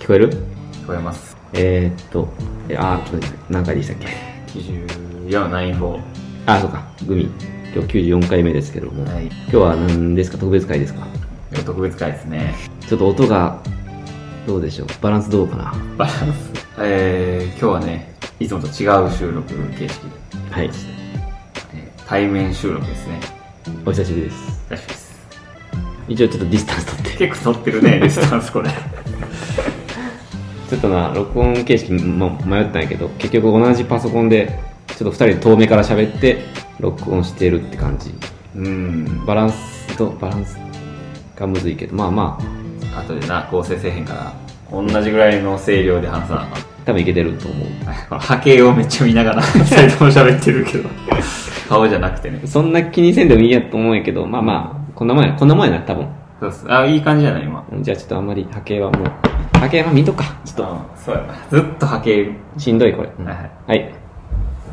聞こえる聞こえます。えー、っと、えあー、ごめんなさい何回でしたっけ94、94。あー、そうか、グミ。今日94回目ですけども、はい。今日は何ですか特別会ですか特別会ですね。ちょっと音が、どうでしょうバランスどうかなバランス。えー、今日はね、いつもと違う収録形式で、はい。えー対面収録ですね。お久しぶりです。らしいです。一応ちょっとディスタンス取って。 結構撮ってる ね、ディスタンスこれ。ちょっとな、録音形式、ま、迷ったんやけど、結局同じパソコンで、ちょっと二人で遠目から喋って、録音してるって感じ。うん。バランスと、バランスがむずいけど、まあまあ、後でな、構成せえへんから、同じぐらいの声量で話さなあかん。多分いけてると思う。はいこの波形をめっちゃ見ながら、二人とも喋ってるけど、顔じゃなくてね。そんな気にせんでもいいやと思うんやけど、まあまあ、こんなもんや、こんなもんやな、多分。そうっす。あ、いい感じじゃない今。じゃあちょっとあんまり波形はもう、波形は見とくか。ちょっと、うん、そうやな。ずっと波形。しんどいこれ。はいはい。はい。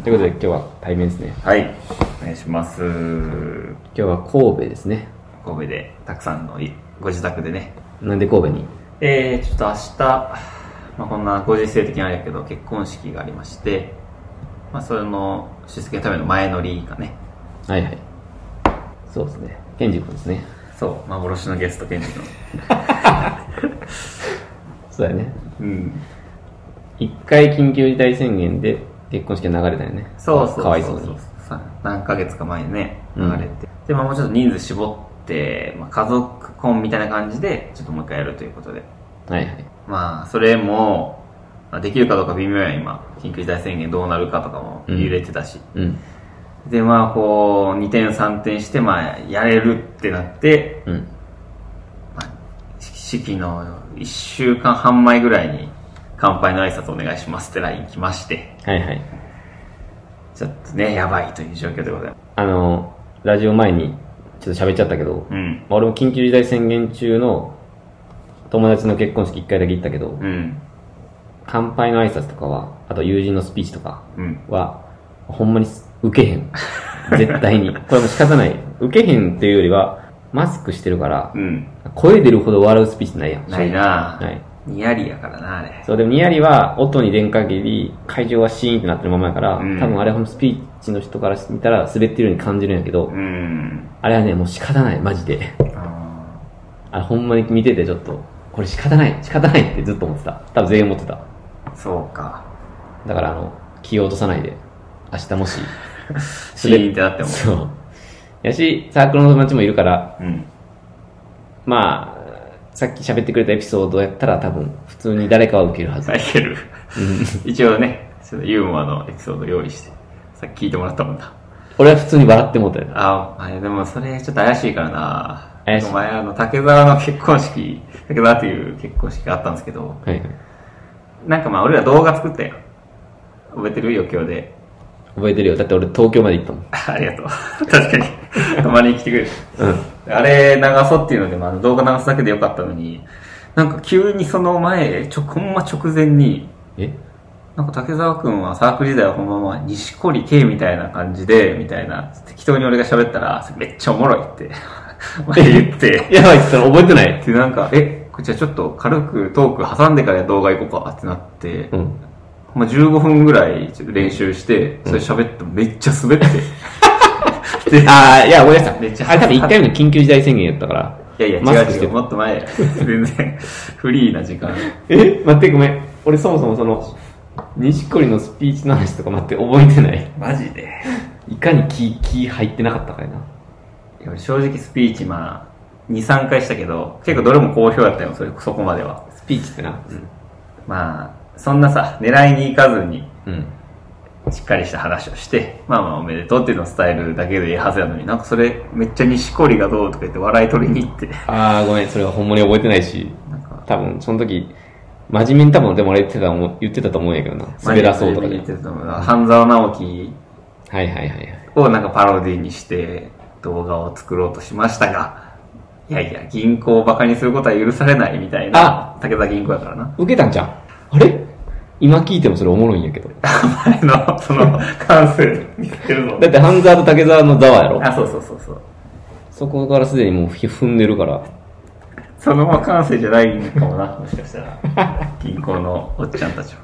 ということで今日は対面ですね。はい、お願いします。今日は神戸ですね。神戸で、たくさんのいご自宅でね。なんで神戸にえー、ちょっと明日、まあ、こんなご時世的にあれやけど、結婚式がありまして、まあ、その、出席のための前乗りがね、はいはい。そうですね。ケンジ君ですね。そう、幻のゲスト、ケンジ君。そうだよね。うん。一回緊急事態宣言で結婚式が流れたよね。そうそうそうそうかわいそうに。さ何ヶ月か前にね、流うんれて。で、まあ、もうちょっと人数絞って、まあ、家族婚みたいな感じで、ちょっともう一回やるということで。はいはい。まあ、それも、まあできるかどうか微妙や、今。緊急事態宣言どうなるかとかもうん揺れてたし。うん。で、まあ、こう、2点3点して、まあ、やれるってなって、うん。まあ、式の1週間半前ぐらいに、乾杯の挨拶お願いしますって LINE 来まして、はいはい。ちょっとね、やばいという状況でございます。あの、ラジオ前にちょっと喋っちゃったけど、うん。俺も緊急事態宣言中の友達の結婚式一回だけ行ったけど、うん。乾杯の挨拶とかは、あと友人のスピーチとかうん。は、ほんまに受けへん。絶対 に。これも仕方ない。受けへんっていうよりは、マスクしてるからう、ん。声出るほど笑うスピーチないやん。ないなない。ニヤリやからな、あれ。そう、でもニヤリは音に出ん限り、会場はシーンってなってるままやから、うん多分あれはほんまスピーチの人から見たら滑ってるように感じるんやけど、うん。あれはね、もう仕方ない、マジで。ああれほんまに見ててちょっと、これ仕方ない、仕方ないってずっと思ってた。多分全員思ってた。ーそうか。だからあの、気を落とさないで、明日もし、シーンってなっても。そう。やし、サークルの友達もいるから、うん。まあ、さっき喋ってくれたエピソードやったら多分、普通に誰かは受けるはず。いける。一応ね、そのユーモアのエピソード用意して、さっき聞いてもらったもんな。俺は普通に笑ってもうたよ。あ、あれでもそれちょっと怪しいからな。怪しいお前あの、竹沢の結婚式、竹沢っていう結婚式があったんですけど、はいはい。なんかまあ俺ら動画作ったよ。覚えてる余興で。覚えてるよ。だって俺東京まで行ったもん。あありがとう。確かに。たまに来てくれる。うん。あれ流そうっていうので、まあ、動画流すだけでよかったのに、なんか急にその前、ちょ、ほんま直前に、えなんか竹沢くんはサークル時代はほんままあ、西堀圭みたいな感じで、みたいな、適当に俺が喋ったら、めっちゃおもろいって、 言って、やばいっす、それ覚えてない。で、なんか、え、こっちはちょっと軽くトーク挟んでから動画行こうかってなって、うん。ほんま15分ぐらいちょっと練習して、それ喋ってもめっちゃ滑 って、でああ、いや、思い出した。めっちゃあれ多分1回目の緊急事態宣言やったから。いやいや、マスク違しう違てう、もっと前や。 全然、フリーな時間。え待って、ごめん。俺そもそもその、錦織のスピーチの話とか待って覚えてない。マジでいかに気、気入ってなかったかやな。正直スピーチ、まあ、2、3回したけど、結構どれも好評だったよ、それ、そこまでは。スピーチってな。まあ、そんなさ、狙いに行かずに、うん。しっかりした話をして、まあまあおめでとうっていうのを伝えるだけでいいはずやのに、なんかそれ、めっちゃ錦織がどうとか言って笑い取りに行って、ああ、ごめん。それはほんまに覚えてないし、なんか、多分その時、真面目に多分でも俺言ってた思う、言ってたと思うんやけどな。滑らそうとか真面目でに言っ。てたと思うな半沢直樹はいはいはいはい。をなんかパロディにして動画を作ろうとしましたが、いやいや、銀行をバカにすることは許されないみたいな、武田銀行やからな。 受けたんじゃん。あれ今聞いてもそれおもろいんやけど。お前の、その、関数見てるのだって半沢と竹沢のザワやろ。あ、そうそうそうそう。そこからすでにもう踏んでるから。そのまま感性じゃないのかもな、 もしかしたら。銀行のおっちゃんたちは。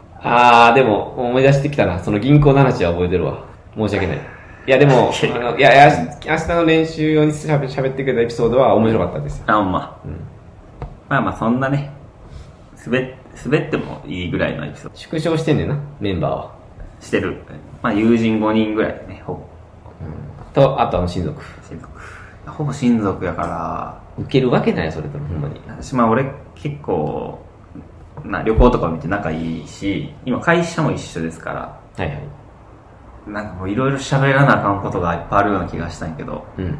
あー、でも、思い出してきたな。その銀行の話は覚えてるわ。申し訳ない。いや、でも、あのいや、いや明日の練習用にしゃべ喋ってくれたエピソードは面白かったですよ。あ、ほんま。うんまあまあ、そんなね、滑っ滑ってもいいぐらいのエピソード縮小してんねんな、メンバーは。してる。まあ、友人5人ぐらいでね、ほぼと、あとあの親族。親族。ほぼ親族やから、受けるわけない、それとも、ほんまに。私まあ俺結構、まあ旅行とか見て仲いいし、今会社も一緒ですから、はいはい。なんかもういろいろ喋らなあかんことがいっぱいあるような気がしたんやけど、うん。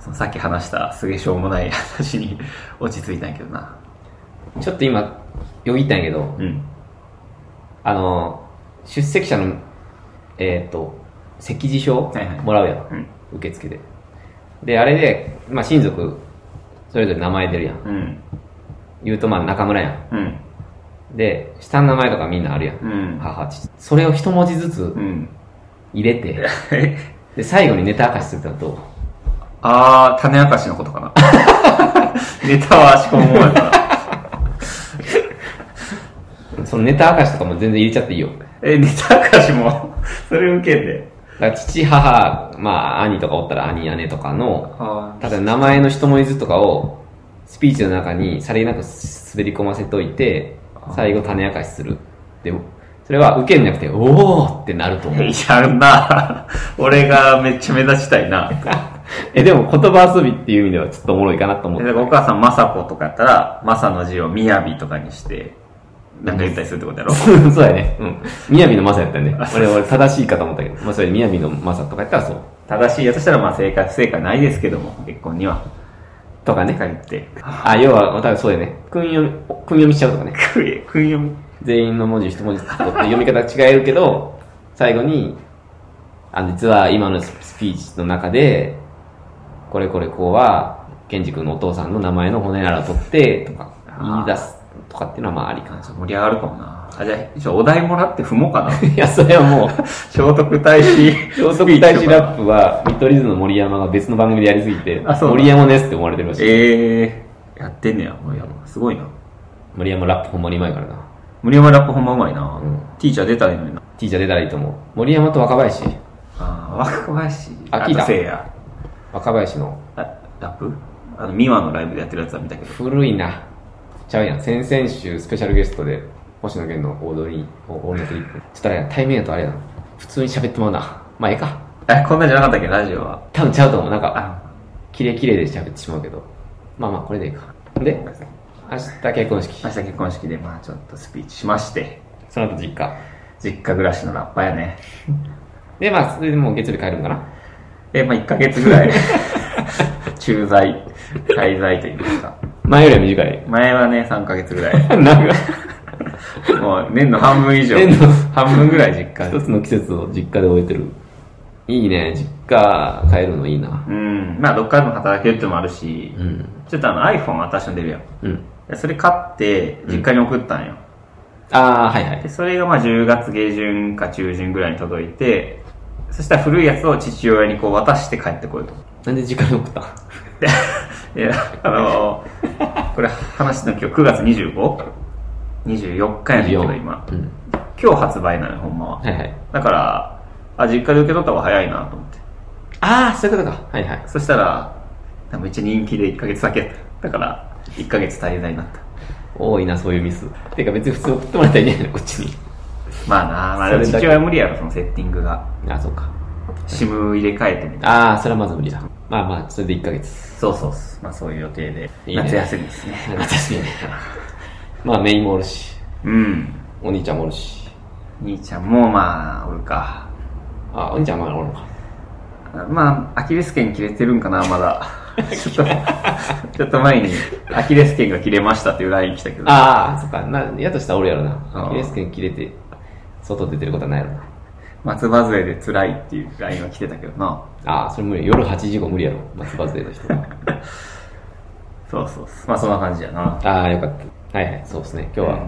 そのさっき話したすげえしょうもない話に落ち着いたんやけどな。ちょっと今、よぎったんやけど、うん。あの、出席者の、えっ、と、席次表はいはいもらうやん、うん。受付で。で、あれで、まあ、親族、それぞれ名前出るやん。うん。言うと、まあ、中村やん。うん。で、下の名前とかみんなあるやん。うん。母、父。それを一文字ずつうん。入れて、で、最後にネタ明かしするとどあー、種明かしのことかな。ネタは仕込むもんやから。うそのネタ明かしとかも全然入れちゃっていいよ。え、ネタ明かしも、それ受けんで。だから父、母、まあ、兄とかおったら兄、姉とかの、あただ名前の一文字ずつとかをスピーチの中にさりげなく滑り込ませといて最後種明かしするでそれは受けんじゃなくておおってなると思 うー。やるな俺がめっちゃ目立ちたいな。えでも言葉遊びっていう意味ではちょっとおもろいかなと思っえてだからお母さん、まさことかやったら、まさの字をみやびとかにして、なんか言ったりするってことやろ。 そうやねうん宮城の正やったよね俺俺正しいかと思ったけどまあそれ宮城の正とかやったらそう正しいやつしたら、まあ正解、不正解ないですけども、結婚には。とかね、ねか言って。あ要は多分そうやね訓読み訓読みしちゃうとかねくえ、訓読み。全員の文字一文字ずつ取って読み方違えるけど、最後に、あの、実は今のスピーチの中で、これこれこうは、ケンジ君のお父さんの名前の骨なら取って、とか、言い出すとかっていうのはまあありかな。盛り上がるかもな。あ、じゃあ、ちょお題もらって踏もうかな。 いや、それはもう、聖徳太子。聖徳太子ラップは、見取り図の森山が別の番組でやりすぎて、あそうなの森山ですって思われてるらしい。ええー、やってんねや。もうやすごいな。森山ラップほんまにうまいからな。森山ラップほんまうまいな。うんティーチャー出たらいいのにな。 T じゃ出たらいいと思う。森山と若林。ああ、若林。ああ聞いたとせいや。若林のあラップあの、ミワのライブでやってるやつは見たけど。古いなちゃうやん先々週スペシャルゲストで星野源の踊りをオールナイトリップちょっとあれや対面やとあれやな普通に喋ってまうなまあええかえ、こんなんじゃなかったっけ、ラジオは。多分ちゃうと思うなんかあ、キレキレで喋ってしまうけどまあまあこれでいいかで明日結婚式明日結婚式で、まあちょっとスピーチしまして、その後実家実家暮らしのラッパーやね。でまあそれでもう月曜日帰るんかなえ、まあ1ヶ月ぐら い、駐在、滞在と言いますか。前よりは短い前はね、3ヶ月ぐら い。なんかもう年の半分以上。年の半分ぐらい実家一つの季節を実家で終えてるいいね実家帰るのいいなうん。まあ、どっかでも働けるってのもあるし、うんちょっとあの iPhone 私の出るやんうんで。それ買って、実家に送ったんよ。ああはいはいで、それがまあ10月下旬か中旬ぐらいに届いて、そしたら古いやつを父親にこう渡して帰ってこいと。 なんで実家に送ったで、いやあのーこれ話の今日9月 25?24 日やねんけど今。うん今日発売なのよ、ほんまは。はいはいだから、あ、実家で受け取った方が早いなと思って。ああ、そういうことか。はいはい。そしたら、めっちゃ人気で1ヶ月先やった。だから、1ヶ月滞在になった。多いな、そういうミス。てか別に普通送ってもらいたらいいんじゃないのこっちに。まあなあ、まあ、でもそれ父だけ親は無理やろ、そのセッティングが。ああ、そうか。 SIM 入れ替えてみたいな。ああ、それはまず無理だ。まあまあ、それで1ヶ月。そうそうっす。まあそういう予定で。いいね夏休みですね。夏休みね。 まあ、メインもおるし、うん。お兄ちゃんもおるし。兄ちゃんもまあ、おるか。あ、お兄ちゃんはまだおるのか。まあ、アキレス腱切れてるんかな、まだ。ちょっと、ちょっと前に、アキレス腱が切れましたっていう LINE 来たけど。ああ、そっか。な、やとしたらおるやろな。あーアキレス腱切れて、外出てることはないやろな。松葉杖で辛いっていう LINE が来てたけどな。ああ、それ無理。夜8時以降無理やろ。松葉勢の 人。そうそうっす。まあそんな感じやな。ああ、よかった。はいはい、そうですね。今日うんは、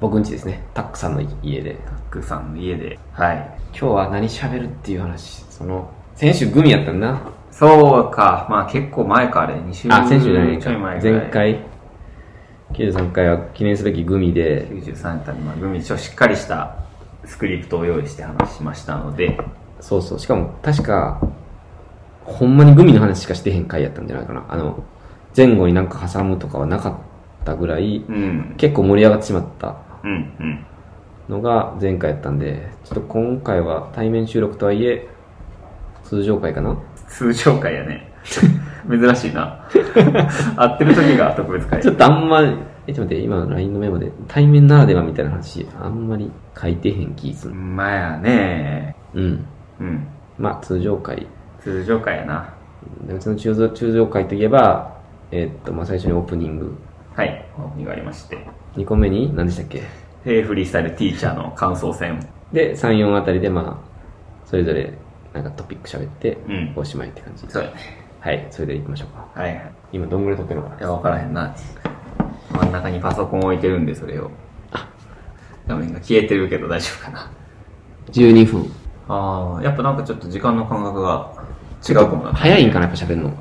僕ん家ですね。タックさんの家で。たくさんの家で。はい。今日は何喋るっていう話。その、先週グミやったんだな。そうか。まあ結構前か、あれ。2週あ、先週じゃないちょいか。前ぐらい前回。 93回は記念すべきグミで、 93回のグミ一応しっかりしたスクリプトを用意して話しましたので、そうそう、しかも確か、ほんまにグミの話しかしてへん回やったんじゃないかな。あの、前後になんか挟むとかはなかったぐらい、うん、結構盛り上がってしまったうん、うん。のが前回やったんで、ちょっと今回は対面収録とはいえ、通常回かな通常回やね。 珍しい な。会ってる時が特別会ち。ょっとあんま、え、ちょっと待って、今 LINE のメモで、対面ならではみたいな話、あんまり書いてへん気する。まあやね。うん。うん。まあ、通常回。通常回やな。でうちの中常中常回といえば、えーっと、まあ、最初にオープニング。はい、オープニングありまして。 2個目に、何でしたっけえーフリースタイルティーチャーの感想戦。で、3、4あたりで、まあ、それぞれ、なんかトピック喋って、うんおしまいって感じ。そうやね。はい、それで行きましょうか。はいはい。今、どんぐらい撮ってるのかいや、わからへんな。真ん中にパソコン置いてるんで、それを。画面が消えてるけど大丈夫かな。 ?12 分。ああ、やっぱなんかちょっと時間の感覚が違うかもな。早いんかな、やっぱ喋るの。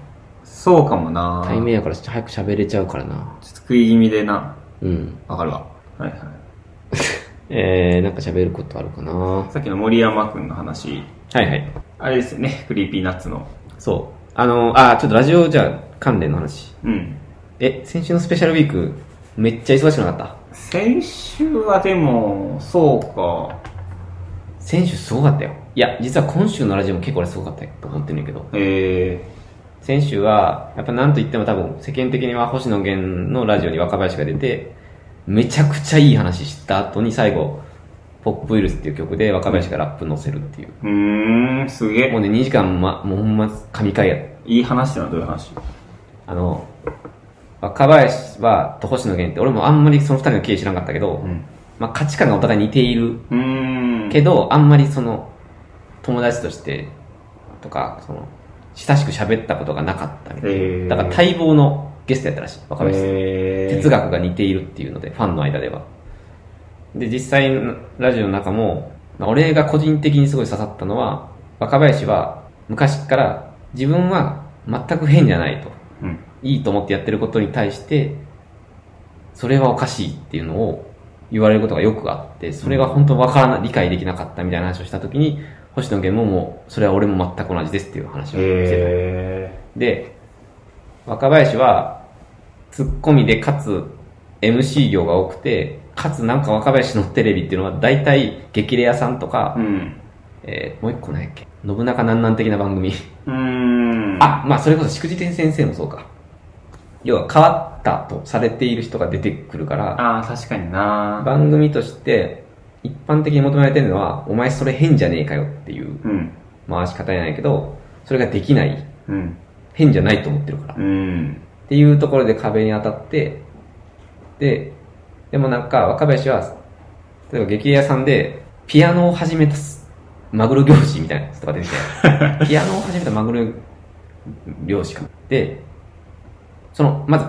そうかもな。対面やから、早く喋れちゃうからな。ちょっと食い気味でな。うん。わかるわ。はいは。えー、なんか喋ることあるかなはいさっきの森山くんの話。いはい。あれですよね、クリーピーナッツの。そう。あの、あ、ちょっとラジオじゃあ関連の話。うん。え、先週のスペシャルウィーク、めっちゃ忙しくなかっ先週はでも、そうた先週すごかったよ。いや、実は今週のラジオも結構俺すごかったと思ってんねんけど。か。え先週は、やっぱなんと言っても多分、世間的には星野源のラジオに若林が出て、めちゃくちゃいい話した後に最後、ポップウイルスっていう曲で若林がラップ乗せるっていう。ー、うーん、すげもうえ。ね、2時間、ま、もうほんま、神回やった。いい話ってのはどういう話あの、若林は、と星野源って、俺もあんまりその二人の経緯知らなかったけど、うん。まあ価値観がお互い似ているうーん。けど、あんまりその、友達として、とか、その、親しく喋ったことがなかったみたいな。えー、だから待望のゲストやったらしい、若林さん。えー、哲学が似ているっていうので、ファンの間では。で、実際、ラジオの中も、まあ俺が個人的にすごい刺さったのは、若林は昔から自分は全く変じゃないと。うん。いいと思ってやってることに対して、それはおかしいっていうのを言われることがよくあって、それが本当わからない、理解できなかったみたいな話をしたときに、星野源ももう、それは俺も全く同じですっていう話をしてた。えで、若林は、ツッコミで、かつ、MC 業が多くて、かつなんか若林のテレビっていうのは、大体、激レアさんとー、か、うん。えーもう一個何やっけ、信長なんなん的な番組。うーん。あ、まあそれこそ、しくじり先生もそうか。要は、変わったとされている人が出てくるから、あー、確かにな番組として、一般的に求められてるのは、お前それ変じゃねえかよっていううん。回し方やないけど、それができない。うん。変じゃないと思ってるからう。ん。っていうところで壁に当たって、で、でもなんか若林は、例えば激レアさんで、ピアノを始めたすマグロ漁師みたいな人が出てき て、ピアノを始めたマグロ漁師か。で、その、まず、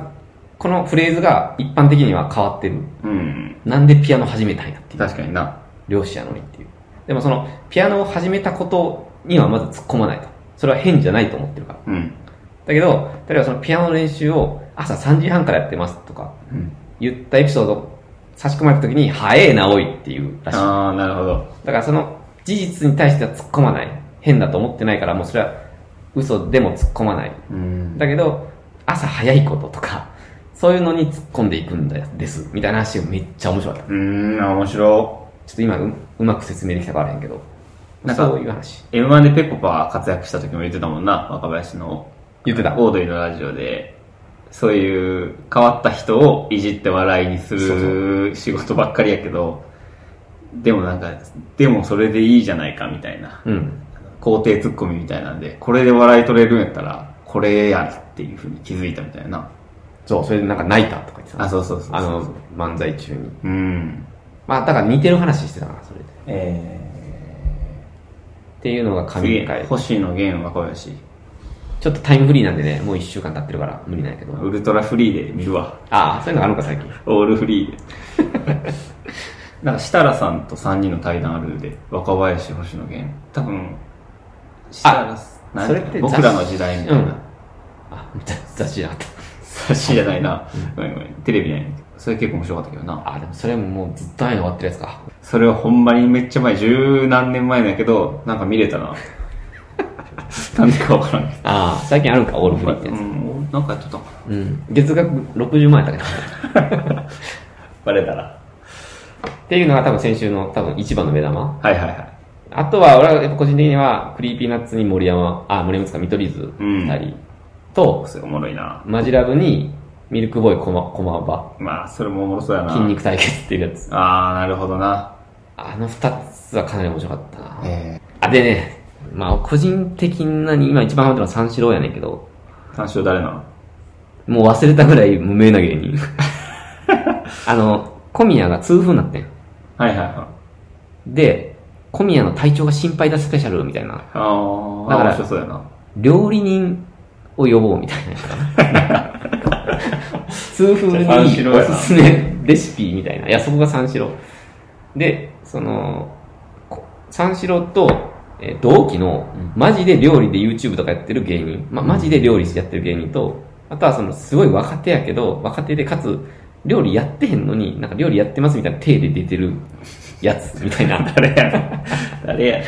このフレーズが一般的には変わってる。うん。なんでピアノ始めたんやっていう。確かにな。漁師やのにっていう。でもその、ピアノを始めたことにはまず突っ込まないと。それは変じゃないと思ってるから。うん。だけど、例えばそのピアノの練習を朝3時半からやってますとかうん。言ったエピソードを差し込まれた時に、早えな、おいっていうらしい。だあー、なるほど。からその事実に対しては突っ込まない。変だと思ってないから、もうそれは嘘でも突っ込まない。うん。だけど、朝早いこととか、そういうのに突っ込んでいくんです。みたいな話がめっちゃ面白かった。うーん、面白ちょっと今ううまく説明できたかわからへんけど、なんかそういう話。い。M1 でペコパ活躍した時も言ってたもんな、若林の。言ってた。オードリーのラジオで、そういう変わった人をいじって笑いにすそうる仕事ばっかりやけど、でもなんか、でもそれでいいじゃないかみたいな、うん。肯定ツッコミみたいなんで、これで笑い取れるんやったら、これやるっていうふうに気づいたみたいな。そう、それでなんか泣いたとか言ってた。あ、そうそうそうそうあの、漫才中に。うん。まあ、だから似てる話してたな、それで。っえていうのがー、次神、回。星野源若林。ちょっとタイムフリーなんでね、もう1週間経ってるから無理なんやけど。ウルトラフリーで見るわ。ああ、そういうのがあるのか、最近。オールフリーで。 なんか設楽さんと3人の対談あるで、若林、星野源。多分、設楽さん、なんそてれいっうての僕らの時代みたいうんな。あ、雑雑誌じゃなかっ雑誌じゃないな。ごめんごめん。テレビじゃない。それ結構面白かったけどな。あ、でもそれももうずっと前に終わってるやつか。それはほんまにめっちゃ前、十何年前だけど、なんか見れた な。なんでかわからんけど。ああ、最近あるんか、オールフリーってうやつ。ん、なんかやっとったのかうん。月額60万円だったけど。バレたら。っていうのが多分先週の多分一番の目玉。はいはいはい。あとは、俺はやっぱ個人的には、クリーピーナッツに森山、あ、森山ですか、見取り図、うん二人と、それおもろいな。マジラブに、ミルクボーイこま、こまば、まあ、それもおもろそうやな。筋肉対決っていうやつ。ああ、なるほどな。あの二つはかなり面白かったな。えあ、でね、まあ、個人的なに、今一番ハマってるのは三四郎やねんけど、ー、単勝誰なのもう忘れたぐらい無名な芸人。 あの、小宮が痛風になってん。はいはいはい。で、小宮の体調が心配だスペシャルみたいな。あー、だから面白そうやな。料理人を呼ぼうみたいなやつかな。痛風に三四郎やおなすすめレシピみたいな。いや、そこが三四郎。で、その、こ三四郎と、えー同期の、マジで料理で YouTube とかやってる芸人、ま、マジで料理してやってる芸人と、あとはその、すごい若手やけど、若手でかつ、料理やってへんのに、なんか料理やってますみたいな手で出てるやつみたいな。誰やねん。 誰やね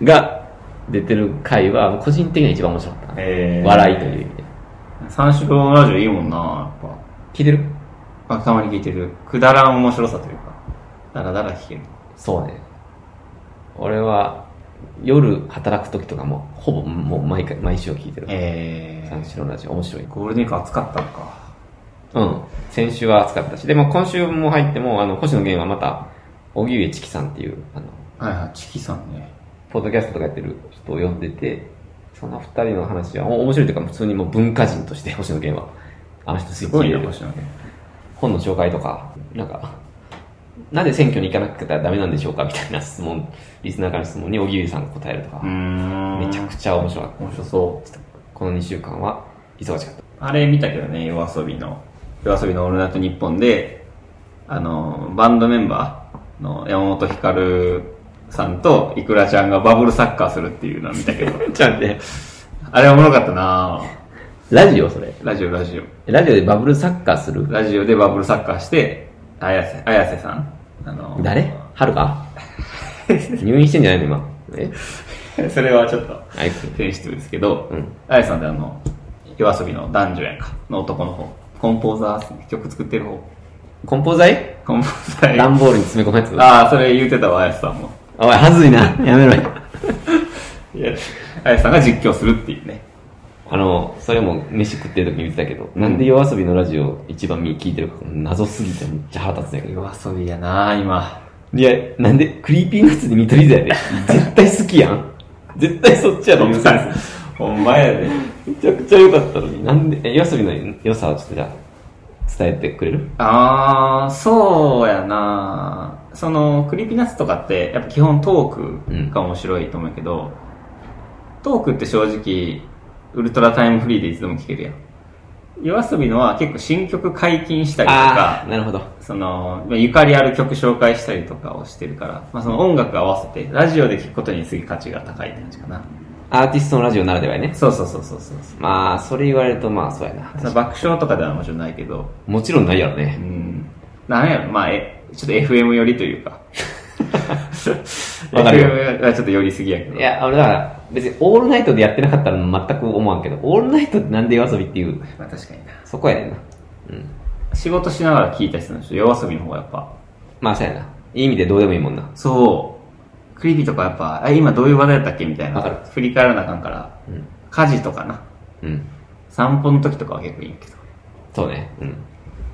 ん。が出てる回は、もう個人的には一番面白かったな。えー、笑いという意味で。三四郎のラジオいいもんな、やっ聞いてるぱ。あたまに聞いてる。くだらん面白さというか。だらだら聞ける。そうね。俺は、夜働く時とかも、ほぼもう毎回、毎週聞いてる。え三四郎のラジオ面白い。ゴールデンウィーク暑かったのか。うん。先週は暑かったし、でも今週も入っても、あの、星野源はまた、荻上チキさんっていう、あの、はいはい、チキさんね。ポッドキャストとかやってる人を呼んでて、その二人の話は、お面白いというか、普通にもう文化人として、星野源は。あの人すすごいな、よ星野源。本の紹介とか、なんか、なんで選挙に行かなくてはダメなんでしょうかみたいな質問、リスナーからの質問に小木さんが答えるとかうー、ん。めちゃくちゃ面白かった。面白そう。この2週間は忙しかった。あれ見たけどね、夜遊びの。夜遊びのオールナイトニッポンで、あの、バンドメンバーの山本ひかるさんとイクラちゃんがバブルサッカーするっていうのは見たけど。 ちゃんで、あれおもろかったなラジオそれ。ラジオ、ラジオ。ラジオでバブルサッカーする。ラジオでバブルサッカーして、綾瀬、綾瀬さん。あの、誰はるか入院してんじゃないの今。えそれはちょっと、あいつ。センシティブですけどうん、綾瀬さんってあの、夜遊びの男女やんか、の男の方。コンポーザーっすね、曲作ってる方。梱包材コンポーザーや段ボールに詰め込むやつ。ああ、それ言うてたわ、綾瀬さんも。おい、はずいな。やめろよ。いや、あやさんが実況するっていうね。あの、それも飯食ってる時に言ってたけど、なんで夜遊びのラジオ一番見聞いてるか、謎すぎてめっちゃ腹立つんやけど。夜遊びやな今。いや、なんで、クリーピーナッツで見取り図やで。絶対好きやん。絶対そっちやろ、みたいな。ほんまやで。めちゃくちゃ良かったのに。なんで、え、夜遊びの良さをちょっとじゃあ、伝えてくれるあー、そうやなその、クリーピーナッツとかって、やっぱ基本トークが面白いと思うけど、トークって正直、ウルトラタイムフリーでいつでも聞けるやん。夜遊びのは結構新曲解禁したりとかあ、ー、なるほど。その、まあゆかりある曲紹介したりとかをしてるから、まあその音楽合わせて、ラジオで聞くことに次価値が高いって感じかな。アーティストのラジオならではやね。そうそうそうそうそうそう。まあ、それ言われると、まあ、そうやな。その爆笑とかではもちろんないけど、もちろんないやろうね。ん、なんやろ、まあ、え、ちょっと FM 寄りというか。 わかるよ FM はちょっと寄りすぎやけど。いや、俺だから、別にオールナイトでやってなかったら全く思わんけど、オールナイトってなんで夜遊びっていう、まあ確かにな。そこやねんな。うん。仕事しながら聞いたりするので夜遊びの方がやっぱ。まあ、そうやな。いい意味でどうでもいいもんな。そう。クリビとかやっぱ、あ今どういう話題やったっけみたいな。わかる振り返らなあかんから、うん。家事とかな。うん。散歩の時とかは結構いいけど。そうね。うん。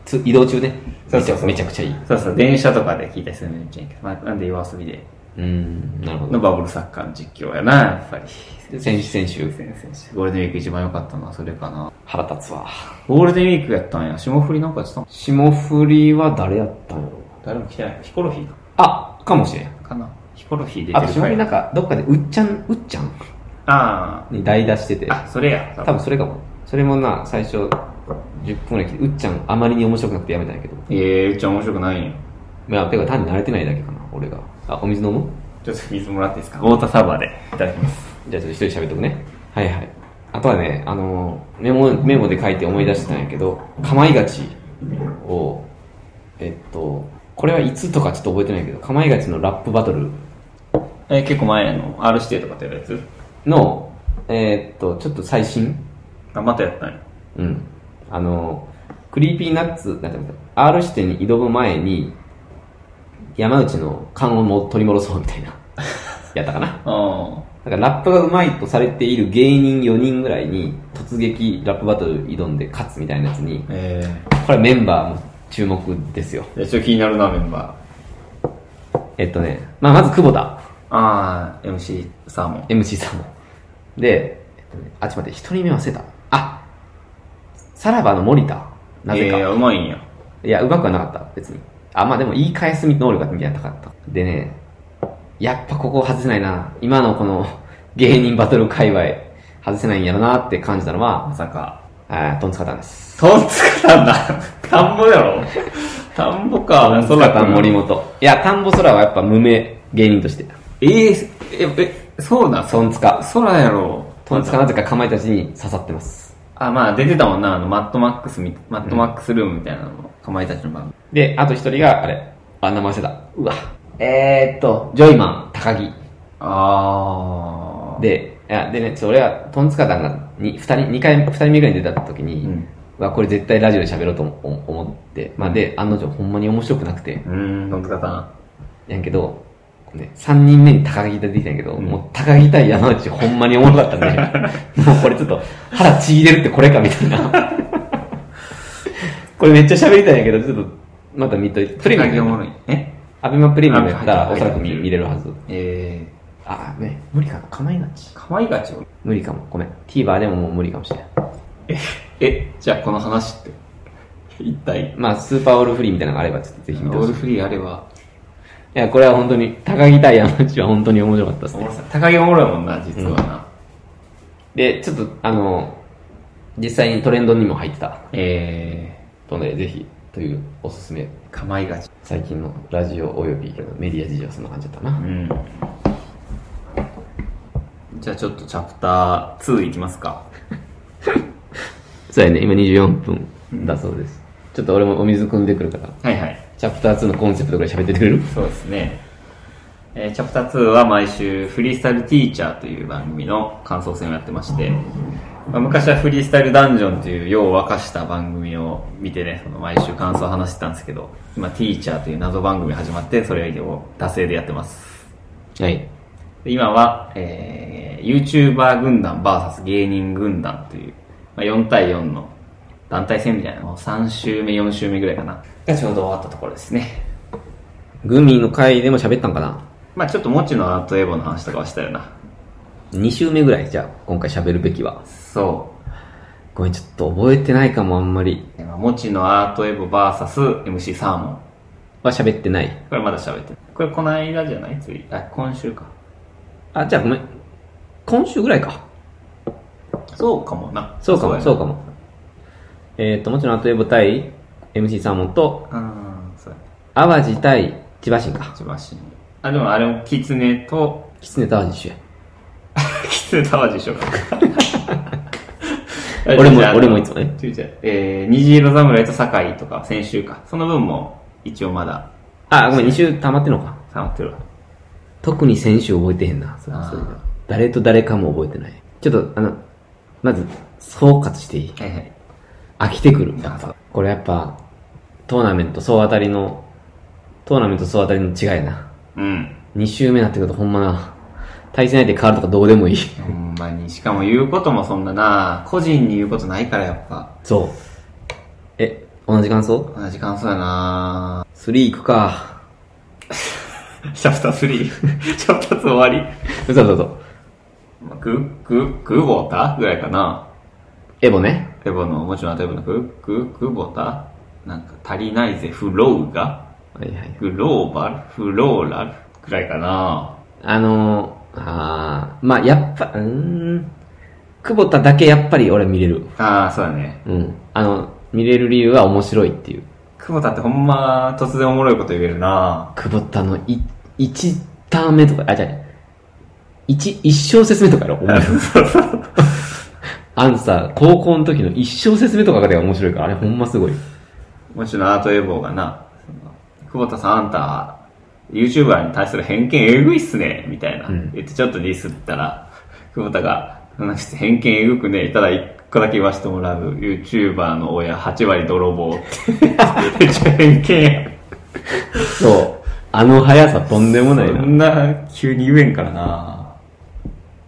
つ移動中ね。そうそうそうめちゃくちゃめちゃくちそうそう、電車とかで聞いたりするのめっちゃいいけど。まあ、なんで夜遊びで。ゃいい。うん、なるほのど。バブルサッカーの実況やな、やっぱり。先週、先週、先々ゴールデンウィーク一番良かったのはそれかな。腹立つわ。ゴールデンウィークやったんや。霜降りなんかやってたの霜降りは誰やったんやろ誰も来てない。ヒコロヒーあ、かもしれん。かな。ヒコロヒー出てあると霜降りなんか、どっかでうっちゃん、うっちゃんあに代打しててー、あ、それや。多多分それかも。それもな、最初、10分ぐらい来て、うっちゃんあまりに面白くなくてやめたんやけど。ええー、うちは面白くないんよ。いや、てか単に慣れてないだけかな、俺が。あ、お水飲むちょっと水もらっていいですかウォーターサーバーで。いただきます。じゃあちょっと一人喋っとくね。はいはい。あとはね、あのーメモ、メモで書いて思い出してたんやけど、かまいがちをえっと、これはいつとかちょっと覚えてないけど、かまいがちのラップバトルえ、結構前の R 指定とかってやるやつの、えーっと、ちょっと最新あ、またやったんや。うん。あの、クリーピーナッツ、なんていうの ?R 視点に挑む前に、山内の勘をも取り戻そうみたいな、やったかな。あだからラップが上手いとされている芸人4人ぐらいに突撃ラップバトル挑んで勝つみたいなやつに、あ。ええこれメンバーも注目ですよ。じゃあちょっと気になるな、メンバえっとね、まあ、まず久保田、ー。ああ、MC サーモン。 MC さんも。で、えっとね、あ、ちょっと待って、1人目忘れた。あさらばの森田。なぜか。えー、うまいんや。いや、うまくはなかった、別に。あ、まあでも言い返す能力がみたいな高かった。でね、やっぱここ外せないな。今のこの 芸人バトル界隈、外せないんやろなって感じたのは、まさか。あートンツカタンです。トンツカタンだ。 田んぼやろ。田んぼか。トンツカタン森本。いや、田んぼ空はやっぱ無名芸人として。えええ、え、そうなんトンツカ。空やろ。トンツカなぜかかまいたちに刺さってます。あ、まあ出てたもんな、あの、マットマックスみ、マットマックスルームみたいなのも、かまいたちの番組。で、あと一人が、あれ、あ、名前忘れた。うわ。えー、っと、ジョイマン、高木。あで、で、いや、でね、ちょ俺は、トンツカタンがに、二人、二回、二人目ぐらいに出た時に、うんうわこれ絶対ラジオで喋ろうと思思思って、まあで、案の定ほんまに面白くなくて、うーん、トンツカタン。やんけど、こうね、三人目に高木が出てきたんやけど、うんもう高木対山内ほんまにおもろかったん で、もうこれちょっと腹ちぎれるってこれかみたい な。これめっちゃ喋りたいんやけど、ちょっと、また見といて、プレミア高木おもム、ろい。えアベマプレミアムやったらあおはいそはいらく見見れるはず。えあ、ね、無理かな、かまいがちー、。かまいがちを。無理かも、ごめん。TVer でももう無理かもしれない。え、じゃあこの話って、一体、まあ、スーパーオールフリーみたいなのがあれば、ちょっとぜオひ見てほーしいル。フリーあれば、いや、これは本当に、高木対山内は本当に面白かったですおねも。ろさ高木おもろいもんな、実はな。で、ちょっと、あの、実際にトレンドにも入ってたえので、ぜひ、というおすすめ。ー、かまいがち。最近のラジオおよびメディア事情はそんな感じだったな。ん。じゃあちょっとチャプター2いきますか。そうやね、今24分だそうです。ちょっと俺もお水汲んでくるから、はいはい。チャプター2のコンセプトぐらい喋っててくれるそうですね。えーチャプター2は毎週フリースタイルティーチャーという番組の感想戦をやってまして、まあ、昔はフリースタイルダンジョンという世を沸かした番組を見てね、その毎週感想を話してたんですけど、今ティーチャーという謎番組始まって、それを惰性でやってます。はい。で今は、えー、YouTuber 軍団 VS 芸人軍団という、まあ、4対4の団体戦みたいなのを3週目、4週目ぐらいかな。がちょうど終わったところですね。グミの回でも喋ったんかなまあちょっともちのアートエボの話とかはしたよな。 ?2 週目ぐらい、じゃあ、今回喋るべきは。そごめん、ちょっと覚えてないかも、あんまり。う。まあもちのアートエボ VSMC サーモン。は喋ってない。これまだ喋ってる。これこの間じゃないつい。あ、今週か。あ、じゃあごめん。今週ぐらいか。そうかもな。そうかも、そうかかも。えっ、と、もちろん、アトエボ対 MC サーモンと、も。うん、そうや。淡路対千葉新か。一番しんどいあ、でもあれもキツネと、キツネと淡路一緒や。キツネと淡路一緒か。俺も俺もいつもね違う違う。えー、虹色侍と酒井とか、先週か。その分も、一応まだ、あ、ごめん、2週溜まってんのか。溜まってるわ。特に先週覚えてへんな。そうあーそういうの誰と誰かも覚えてない。ちょっと、あの、まず、総括していいはいはい。飽きてくる。やっぱこれやっぱ、トーナメント総当たりの、トーナメント総当たりの違いやな。うん。 2週目になってくるとほんまな、対戦相手変わるとかどうでもいい。ほんまに。しかも言うこともそんなな、個人に言うことないからやっぱ。そう。え、同じ感想同じ感想やな ?3 行くか。チャプター3。チャ プター2終わり。そうそうそう。まあグッグッグーボータぐらいかな。エボね。エボの、もちろんエボのグッグッグーボータなんか足りないぜ、フローがはいはい。グローバルフローラルぐらいかなあのー、あー、まあやっぱ、うーん。久保田だけやっぱり俺見れる。ああ、そうだね。うん。あの、見れる理由は面白いっていう。久保田ってほんま突然おもろいこと言えるな久保田のい1ターン目とか、あ、じゃあ、一一小節目とかやろ 面白いあのさ、高校の時の一小節目とかがで面白いから、あれほんますごい。もちろんアートエボーがな、久保田さんあんた、YouTuber に対する偏見えぐいっすね、みたいな。うん言ってちょっとディスったら、久保田が、そんな偏見えぐくねえ、ただ一個だけ言わせてもらう。YouTuber の親8割泥棒って。 めっちゃ偏見や。そう。あの速さとんでもないそな。んな急に言えんからな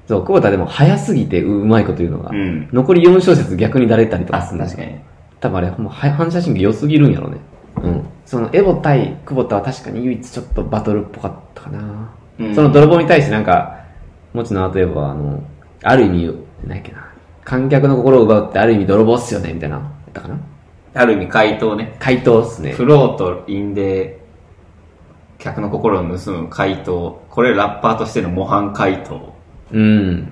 そう、久保田でも早すぎてうまいこと言うのが。うん残り4小節逆にだれたりとかあ、す確るかんにだ。多分あれ、ほんま、は反射神経良すぎるんやろね。うん。その、エボ対久保田は確かに唯一ちょっとバトルっぽかったかな。うんその泥棒に対してなんか、もちの後エボは、あの、ある意味、何やっけな。観客の心を奪うってある意味泥棒っすよね、みたいな。やったかなある意味回答ね。回答っすね。フローとインで、客の心を盗む回答。これラッパーとしての模範回答。うん。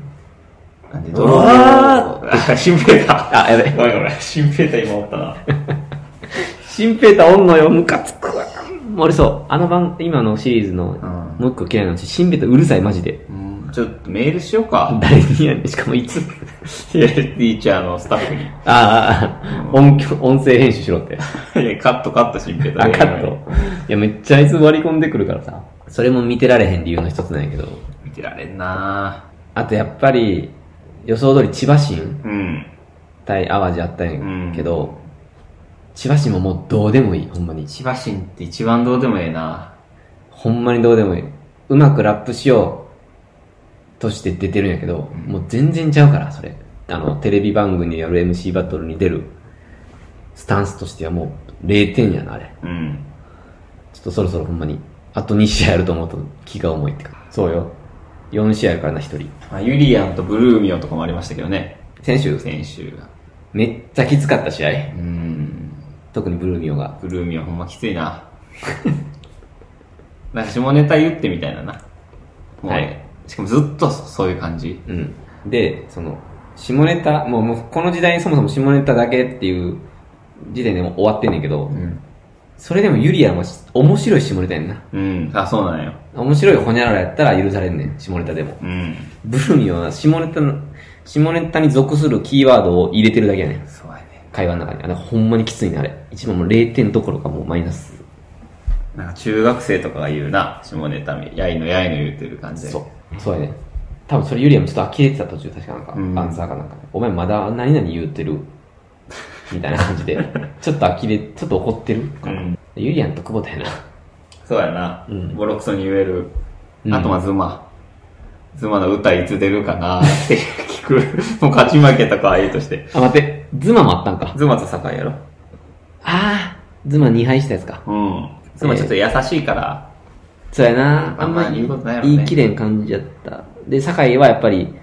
なんで、泥棒。うわあ、新平太。あ、やべ。 ごめんごめん。新平太今おったな。新平太おんのよ、ムカつくわ。俺そう、あの番、今のシリーズの、うもう一個嫌いなのうち、新平太うるさい、マジで。ん。うんちょっとメールしようか。誰にやねん。しかもいつ。いや、 ティーチャーのスタッフに。ああ、音響、音声編集しろって。いや、カットカット新平太。あ、カット。いや、めっちゃあいつ割り込んでくるからさ。それも見てられへん理由の一つなんやけど。見てられんなあとやっぱり、予想通り千葉新うん。対淡路あったんやけど、千葉新ももうどうでもいい、ほんまに。千葉新って一番どうでもええなほんまにどうでもいい。うまくラップしようとして出てるんやけど、もう全然ちゃうから、それ。あの、テレビ番組にやる MC バトルに出るスタンスとしてはもう0点やな、あれ。うん。ちょっとそろそろほんまに、あと2試合やると思うと気が重いってか。そうよ。4試合やるからな、1人。まあ、ユリアンとブルーミオとかもありましたけどね。先週、先週が。めっちゃきつかった試合う。ん。特にブルーミオが。ブルーミオほんまきついな。 なんか下ネタ言ってみたいなな。もう、はいしかもずっとそそういう感じ。うん。で、その、下ネタ、もうもうこの時代にそもそも下ネタだけっていう時点でもう終わってんねんけど、うん。それでもユリアンはし面白い下ネタやんな。うん。あ、そうなんよ。面白いホニャララやったら許されんねん、下ネタでも。うん。ブルーミオは下ネタの、下ネタに属するキーワードを入れてるだけやねん。そうやね。会話の中に。あれほんまにきついな、あれ。一番もう0点どころかもうマイナス。なんか中学生とかが言うな。下ネタみ、やいのやいの言ってる感じで。そう。そうやね。多分それユリアもちょっと呆れてた途中、確かなんか、うんアンサーかなんかね。お前まだ何々言っ てるみたいな感じで。ちょっと呆れ、ちょっと怒ってるかなうんユリアンと久保田やな。そうやな。うんボロクソに言える。うんあとはズマ。ズマの歌いつ出るかなって 聞く。もう勝ち負けとかはいいとして。あ、待って、ズマもあったんか。ズマと酒井やろあー、ズマ2敗したやつか。うん。ズマちょっと優しいから。そうやな。あんままあ言うことないよね言い切れん感じやった。で、酒井はやっぱり、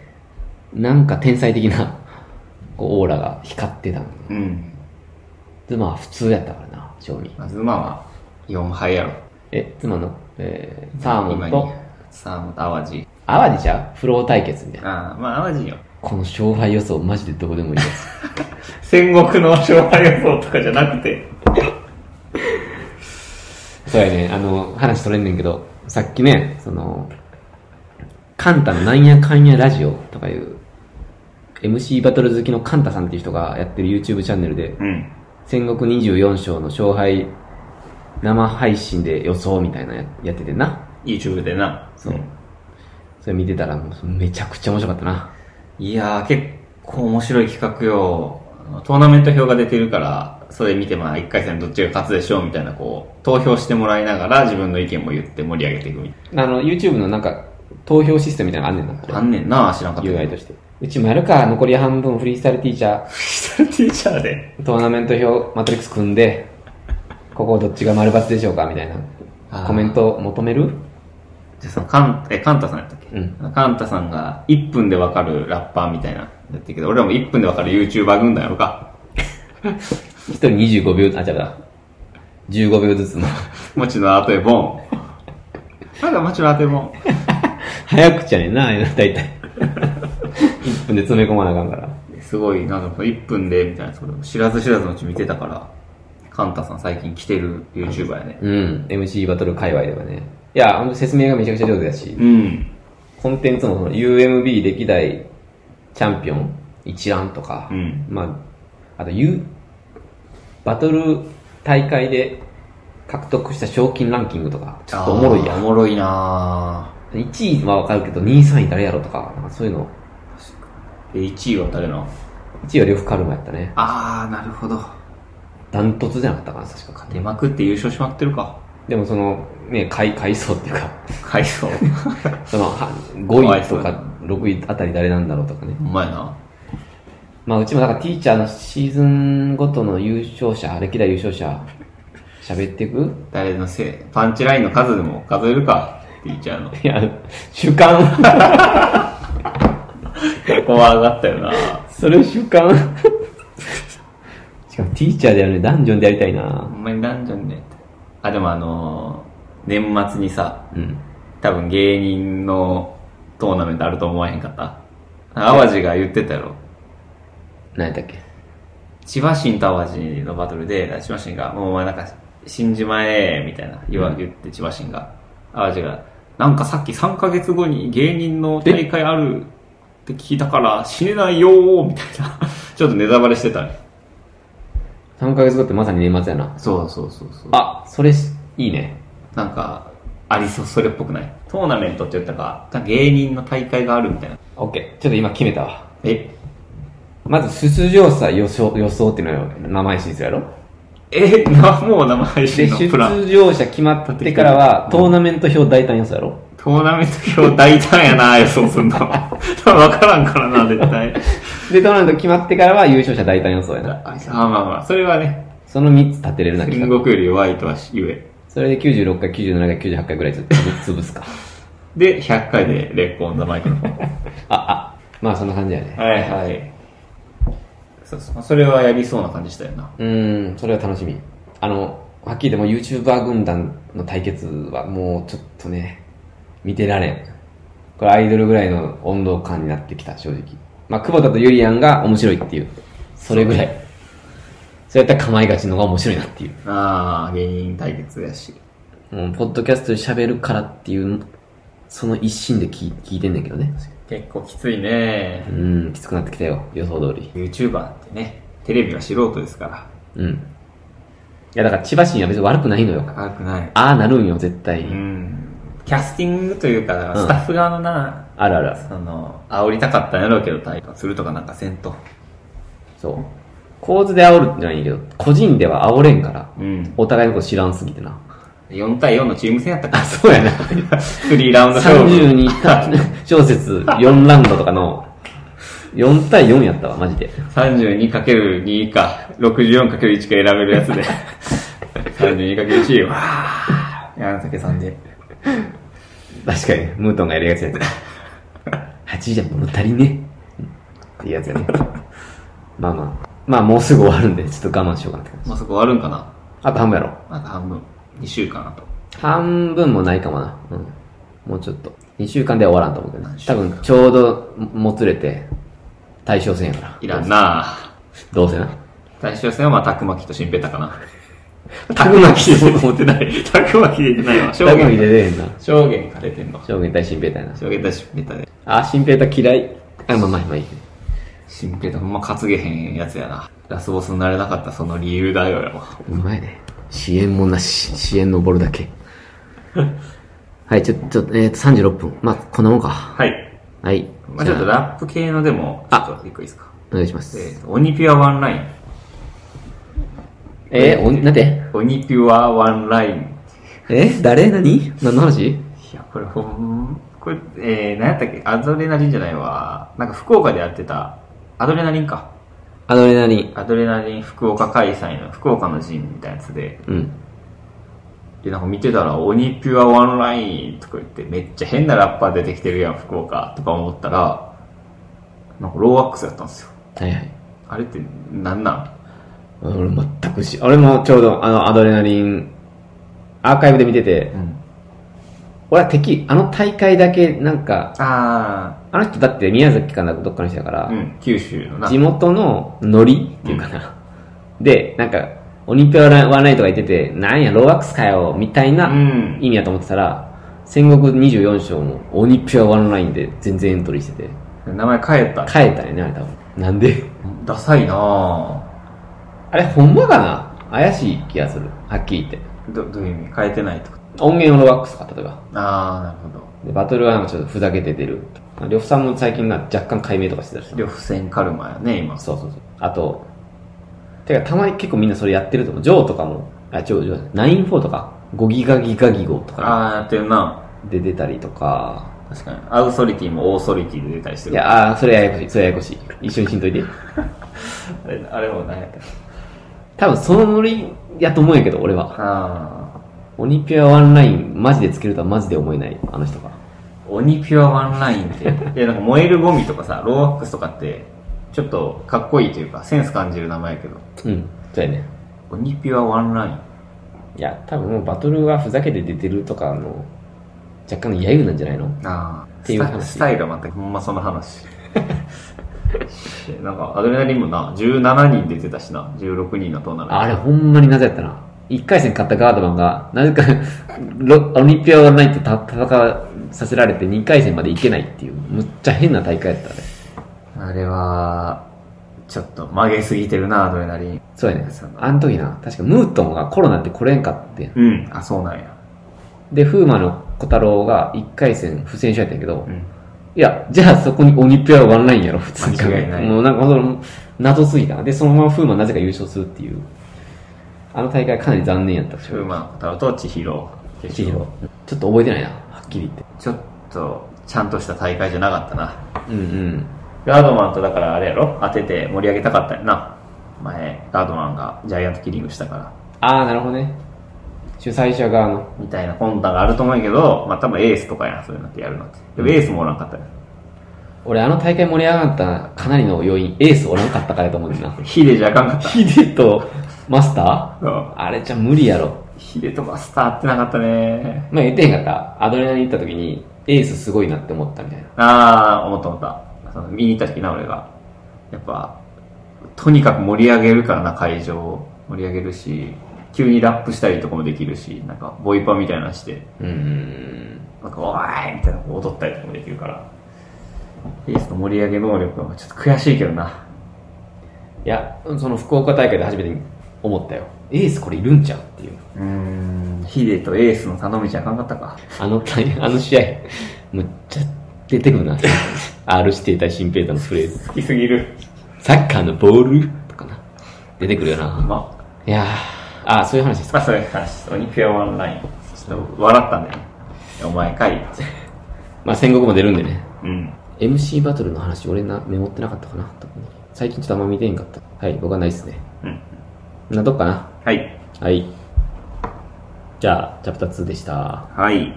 なんか天才的な、こう、オーラが光ってたの。うん。ズマは普通やったからな、正味。まあ、ズマは4敗やろ。え、ズマの、えー、サーモン今にと、サーモンと淡路。淡路じゃう不老対決みたいな。ああ、まあ淡路よ。この勝敗予想マジでどうでもいいです戦国の勝敗予想とかじゃなくて。そうやね、あの、話取れんねんけど、さっきね、その、カンタのなんやかんやラジオとかいう、MC バトル好きのカンタさんっていう人がやってる YouTube チャンネルで、うん。戦国24章の勝敗生配信で予想みたいなややっててんな。 YouTube でな。そう。それ見てたらもうめちゃくちゃ面白かったな。いやー、結構面白い企画よ。トーナメント表が出てるから、それ見てまあ1回戦どっちが勝つでしょうみたいな、こう、投票してもらいながら自分の意見も言って盛り上げていくみたいあの、YouTube のなんか、投票システムみたいなのあんねんなこれな。あ。んねんな、知らんかったけど。 UI として。うちもやるか、残り半分フリースタイルティーチャー、フリースタイルティーチャーで。トーナメント表、マトリックス組んで、ここどっちが丸抜でしょうかみたいあな。ーコメント求めるじゃあそのカン、え、カンタさんやったっけうんカンタさんが1分でわかるラッパーみたいな、やってるけど、俺らも1分でわかる YouTuber 軍団やろか。 一人25秒、あ、違うだ。15秒ずつの。 もちのあとえボン。まだもちのあとえボン。早口やねんな、ああいうの大体。1分で詰め込まなあかんから。すごい、なんか1分で、みたいな、それ知らず知らずのうち見てたから、カンタさん最近来てる YouTuber やね。うん、MC バトル界隈ではね。いや、ほんと説明がめちゃくちゃ上手だし、うん。コンテンツもその UMB 歴代チャンピオン一覧とか、うんまあ、あと、U、バトル大会で獲得した賞金ランキングとか、ちょっとおもろいやあーおん。もろいな1位はわかるけど、2位、3位誰やろとか、なんかそういうの。ーえ、1位は誰なの1位は呂布カルマやったね。あー、なるほど。ダントツじゃなかったかな、確か。勝てまくって優勝しまってる か。でもその、ね、回、回想っていうか、海 藻。その、は5わい位そとうか6位あたり誰なんだろうとかね。うまいな。まあ、うちもなんかティーチャーのシーズンごとの優勝者、歴代優勝者、喋っていく 誰のせい、パンチラインの数でも数えるか。ティーチャーの。こいや、主観こは上がったよなそれ主観 しかもティーチャーでやるね、ダンジョンでやりたいなほんまに男女にね。あ、でもあのー年末にさ、うん。多分芸人のトーナメントあると思わへんかった。淡路が言ってたやろ。何やったっけ千葉新と淡路のバトルで、千葉新が、もうお前なんか、死んじまえ、みたいな言わ、言って千葉新が。淡路が、なんかさっき3ヶ月後に芸人の大会あるって聞いたから、死ねないよー、みたいな。 ちょっとネタバレしてたね。 ?3 ヶ月後ってまさに年末やな。そうそうそうそう。あ、それし、いいね。なんか、ありそう、それっぽくないトーナメントって言ったか、芸人の大会があるみたいな。オッケー。ちょっと今決めたわ。え、まず出場者予想、予想っていうのよ、名前申請やろえ、な、もう生配で、信の出プラン。場者決まってからは、トーナメント表大胆予想やろトーナメント表大胆やな、予想すんの。 多分わからんからな、絶対。で、トーナメント決まってからは優勝者大胆予想やな。あ、まあまあ、それはね、その3つ立てれるな、天企国画より弱いとは言え。それで96回、97回、98回ぐらいずっと潰 すか。で、100回でレッコオンザマイクロフォン。あ、あ、まあそんな感じやね。 はいはい。そうそう。それはやりそうな感じしたよな。うーん、それは楽しみ。あの、はっきり言っても YouTuber 軍団の対決はもうちょっとね、見てられん。これアイドルぐらいの温度感になってきた、正直。まあ、久保田とゆりやんが面白いっていう。それぐらい。そうやったら構いがちのが面白いなっていう。ああ、芸人対決やし。もう、ポッドキャストで喋るからっていう、その一心で聞い聞いてんだけどね。結構きついねう。ーん、きつくなってきたよ。予想通り。 YouTuber ってね、テレビは素人ですから。うん。いや、だから千葉市は別に悪くないのよ。悪くない。ああなるんよ、絶対。うん。キャスティングというか、うんスタッフ側のな、あるあるある。その、煽りたかったんやろうけど、対抗するとかなんかせんと。そう。構図で煽るってのはいいけど、個人では煽れんから。うん。お互いのこと知らんすぎてな。 4対4のチーム戦やったかあ、 そう やな。ら。3ラウンド勝負。 32小節4ラウンドとかの、4対4やったわ、マジで。 32×2 か、64×1 か選べるやつ で。32×1 よ。わー山崎さんで。確かに、ムートンがやるやつやった。8じゃ物足りねえ。っていうやつやね。まあまあ。まあもうすぐ終わるんで、ちょっと我慢しようかなって感じ。まあ、そこ終わるんかなあと半分やろ。あと半分。2週間あと。半分もないかもな。うん。もうちょっと。2週間では終わらんと思うけどね何。週多間分、ちょうど、もつれて、対象戦やから。いらんなどうせな。対象戦はまあ、たくまきと新平太か な。たくま きで持って ない。たくまきでないわ。正証面入言。れれへんな。証言かれてんの。正面対新平太やな。証言対新平太で。あ、新平太嫌い。あ、まあまあまあいい。新平太ほんま担げへんやつやな。ラスボスになれなかったその理由だよ、俺はうまいね。支援もなし。支援登るだけ。 はい、ちょ、ちょ、えーと、36分。まあ、こんなもんか。はい。はい。まあ、ちょっとじゃあラップ系のでも、ちょあっと一個いいですか。お願いします。えーと、オニピュアワンライン。えー、お、なんてオニピュアワンライン。えー誰何何の話いや、これほん、これ、えー、何やったっけアドレナリンじゃないわ。なんか福岡でやってた、アドレナリンか。アドレナリン。アドレナリン福岡開催の福岡の陣みたいなやつで、うん。で、なんか見てたら、オニピュアワンラインとか言って、めっちゃ変なラッパー出てきてるやん、福岡とか思ったら、なんかローワックスやったんですよ。はいはい。あれってなんなん俺全くし、俺もちょうどあのアドレナリン、アーカイブで見てて、ん。俺は敵、あの大会だけなんか、ああの人だって宮崎かなどっかの人だからー、う、ん、九州のな。。地元のノリっていうかな。で、なんか、オリンピアワンラインとか言ってて、なんや、ローワックスかよ、みたいうなん意味やと思ってたら、戦国24章のオニピュアワンラインで全然エントリーしてて、名前変えた。変えたよね、あれ多分。なんでダサいなぁ。あれ、ほんまかな怪しい気がする。はっきり言って。どどういう意味変えてないとか。音源をロワックスか、例えば。ああ、なるほど。で、バトルはなんかちょっとふざけて出る。リョフさんも最近な若干解明とかしてたりして両付箋カルマやね、今。そうそうそう。あと、てかたまに結構みんなそれやってると思う。ジョーとかも、あ、ジョー、ジョー、9-4とか、5ギガギガギゴとかああ、やってるな。で出たりとか、確かに。アウソリティもオーソリティで出たりしている。や、あーそれややこしい、それややこしい。一緒にしんといて。あれ、あれも何やった多分そのノリやと思うんやけど、俺は。あオニピュアワンライン、マジでつけるとはマジで思えない、あの人が。あ、鬼ピュアワンライン って。いや、なんか燃えるゴミとかさ、ローワックスとかって、ちょっとかっこいいというか、センス感じる名前やけど。うん、そうやね。鬼ピュアワンライン。いや、多分もうバトルはふざけて出てるとかの、若干の揶揄なんじゃないのああ、っていう話スタスタイルは全くほんまその話。 なんか、アドレナリンもな、17人出てたしな、16人のトーナメント。あれほんまになぜやったな。一回戦勝ったガードマンが、なぜかロ、オリンピアがないとた戦わさせられて二回戦まで行けないっていう、むっちゃ変な大会やったね。あれは、ちょっと曲げすぎてるな、アドレナリン。そうやね。あの時な、確かムートンがコロナって来れんかってん。うん。あ、そうなんや。で、風魔の小太郎が一回戦不戦勝やったんやけど、うん。いや、じゃあそこにオニピアはワンラインやろ、普通に考えて間違いないもうなんかその、謎すぎたな。で、そのまま風魔なぜか優勝するっていう。あの大会かなり残念やった。風魔の小太郎と千尋。千尋。ちょっと覚えてないな、はっきり言って。ちょっと、ちゃんとした大会じゃなかったな。うんうん。ガードマンとだからあれやろ当てて盛り上げたかったよな。前、ガードマンがジャイアントキリングしたから。ああ、なるほどね。主催者側の。みたいな魂胆があると思うんやけど、まあ多分エースとかやな、そういうのってやるのって。でもエースもおらんかったよ。。俺、あの大会盛り上がったかなりの要因、エースおらんかったからやと思うんだよな ヒデじゃあかんかった。ヒデとマスタうんーあれじゃ無理やろ。ヒデとマスターってなかったね。まあ言ってへんかった。アドレナリン行った時に、エースすごいなって思ったみたいな。あー、思った思った。その見に行った時な、俺が。やっぱ、とにかく盛り上げるからな、会場を。盛り上げるし、急にラップしたりとかもできるし、なんか、ボイパみたいなのして、うーん。なんか、おーいみたいな踊ったりとかもできるから。エースの盛り上げ能力はちょっと悔しいけどな。いや、その福岡大会で初めて思ったよ。エースこれいるんちゃうっていう。うーん、ヒデとエースの頼みじゃあかんかったか。あの 大、あの試合、むっちゃ出てくるな。R 指定対新平太のフレーズ。好きすぎる。サッカーのボールとかな。出てくるよな。まあ、いやー、あーそういう話ですか。まあ、そういう話。鬼ピュアワンライン。ちょっと笑ったんだよね。お前かいって。まあ、戦国も出るんでね。うん。 MC バトルの話、俺な、メモってなかったかな、特に。最近ちょっとあんま見てへんかった。はい、僕はないっすね。うん。な、どっかな。はい。はい。じゃあ、チャプター2でした。はい。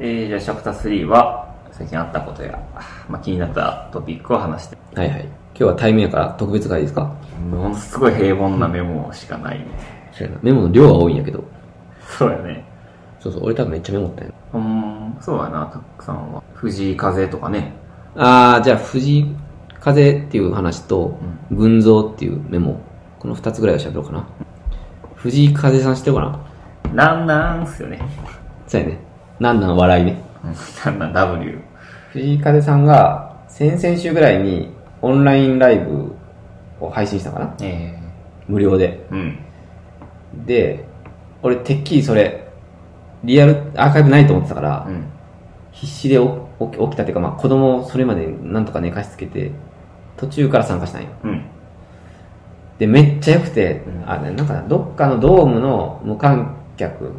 えー、じゃあ、チャプター3は、最近あったことや、まあ、気になったトピックを話して。はいはい。今日は対面やから特別会ですかものすごい平凡なメモしかないね。そうやなメモの量は多いんやけど。そうやね。そうそう、俺多分めっちゃメモったんや。うん、そうやな、たくさんは。藤井風とかね。あー、じゃあ、藤井風っていう話と、群像っていうメモ。この二つぐらいは喋ろうかな。藤井風さん知ってるかななんなんっすよね。そうやね。なんなん笑いね。うんなんなん W。藤井風さんが先々週ぐらいにオンラインライブを配信したのかなえ無料で。えうん。で、俺てっきりそれ、リアルアーカイブないと思ってたから、うん。必死で起き起きたっていうか、まあ子供をそれまでなんとか寝かしつけて、途中から参加したんよ。うん。で、めっちゃ良くてう、んあ、なんかなどっかのドームの無観客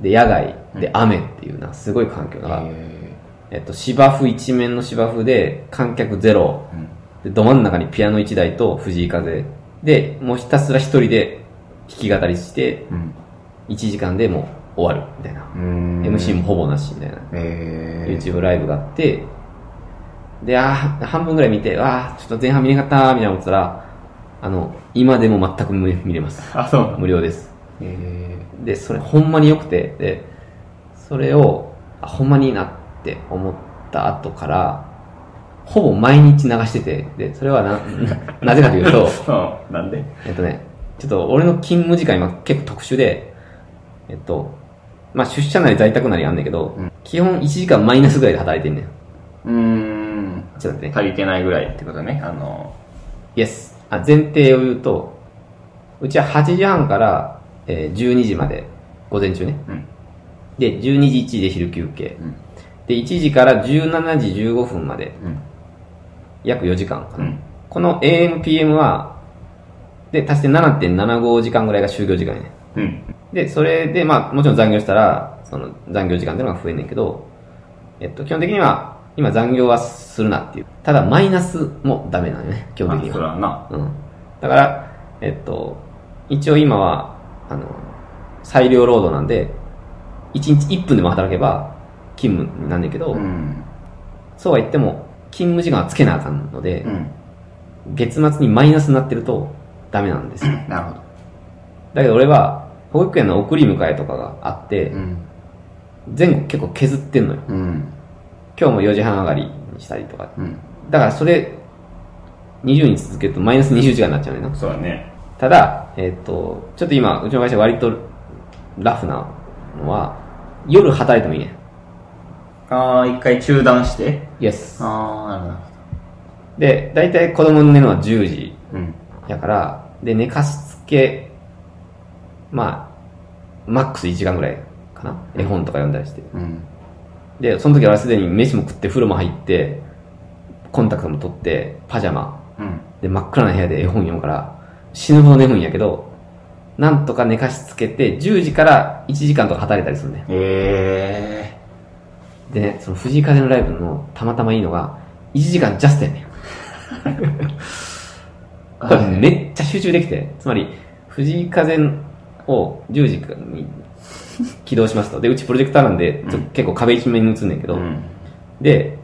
で野外で雨っていうな、すごい環境だから、ええっと、芝生一面の芝生で観客ゼロ、えでうん。ど真ん中にピアノ1台と藤井風でもうひたすら一人で弾き語りしてうん。 1時間でもう終わるみたいな、MC もほぼなしみたいな、ええ YouTube ライブがあってであー半分ぐらい見てあーちょっと前半見れなかったーみたいな思ってたらあの今でも全く無見れますあ、そうなん無料ですえでそれほんまに良くてでそれをあほんまにいいなって思った後からほぼ毎日流しててでそれはななぜかというとえ そう、なんでえっとね、ちょっと俺の勤務時間今結構特殊で、えっと、まあ出社なり在宅なりあんねんけど、うん基本1時間マイナスぐらいで働いてんねん。うーん。ちょっと待ってね。足りてないぐらいってことね。あの、イエス。あ、前提を言うと、うちは8時半から、えー12時まで、午前中ね。うんで、12時1時で昼休憩。うんで、1時から17時15分まで、うん約4時間かうな。んこの AM、PM は、で、足して7.75時間ぐらいが就業時間やね。うんで、それで、まあ、もちろん残業したら、その残業時間っていうのが増えんねんけど、えっと、基本的には、今残業はするなっていう。ただ、マイナスもダメなのよね、基本まあ的にそはれ。はなうん。だから、えっと、一応今は、あの、裁量労働なんで、1日1分でも働けば勤務になんねんけど、うんそうは言っても、勤務時間はつけなあかんのでう、ん月末にマイナスになってるとダメなんですよ。なるほどだけど俺は、保育園の送り迎えとかがあって、うん前後結構削ってんのよ。うん今日も4時半上がりにしたりとか。うんだからそれ、20日続けるとマイナス20時間になっちゃうねんな。そうだねただ、えっ、と、ちょっと今、うちの会社割とラフなのは、夜働いてもいいね。ああ一回中断してイエス。ああなるほで、大体子供の寝るのは10時どうんやから、で、寝かしつけ、まあ、マックス1時間ぐらいかな。絵本とか読んだりして。うんで、その時は俺すでに飯も食って、風呂も入って、コンタクトも取って、パジャマ、うんで、真っ暗な部屋で絵本読むから、死ぬほど眠いんやけど、なんとか寝かしつけて、10時から1時間とか働いたりするね。えでね、その藤井風のライブのたまたまいいのが、1時間ジャストやねん。えこれめっちゃ集中できて、つまり、藤井風を10時に起動しますと。で、うちプロジェクターなんで、ちょっと結構壁一面に映んねんけど、うんで、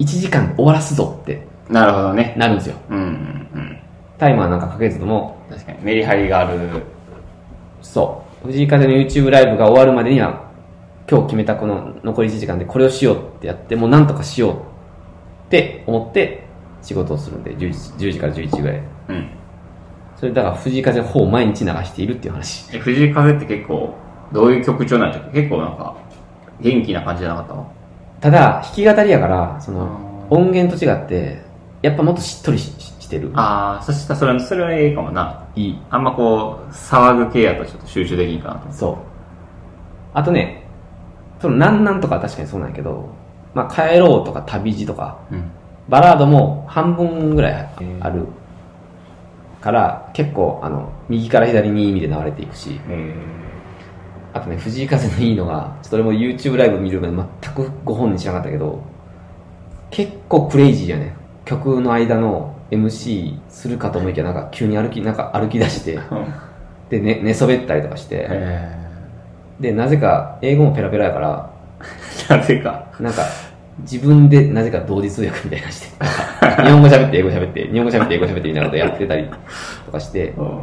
1時間終わらすぞってなるほどねなるんですよ。うんうんタイマーなんかかけずとも、うん確かにメリハリがあるそう。藤井風の YouTube ライブが終わるまでには、今日決めたこの残り1時間でこれをしようってやって、もうなんとかしようって思って仕事をするんで、10時 ,10 時から11時ぐらい。うんそれだから藤井風の方を毎日流しているっていう話。え藤井風って結構どういう曲調なんでしょうか結構なんか元気な感じじゃなかったのただ、弾き語りやから、そのあ、ー音源と違って、やっぱもっとしっとりししてる。ああそしたらそれそれはええかもないい。あんまこう騒ぐ系やとちょっと集中できんかなと思ってそう。あとね、その、なんなんとかは確かにそうなんやけど、まあ、帰ろうとか旅路とか、うんバラードも半分ぐらいあるから、結構、あの、右から左にいい意味で流れていくし、あとね、藤井風のいいのが、ちょっと俺も YouTube ライブ見るまで全くご本人知らなかったけど、結構クレイジーやね。曲の間の MC するかと思いきや、なんか急に歩き、なんか歩き出して、で、ね、寝そべったりとかして、えで、なぜか英語もペラペラやから、なぜかなんか、自分でなぜか同時通訳みたいなのして、日本語喋って、英語喋って、日本語喋って、英語喋ってみたいなことやってたりとかして、うん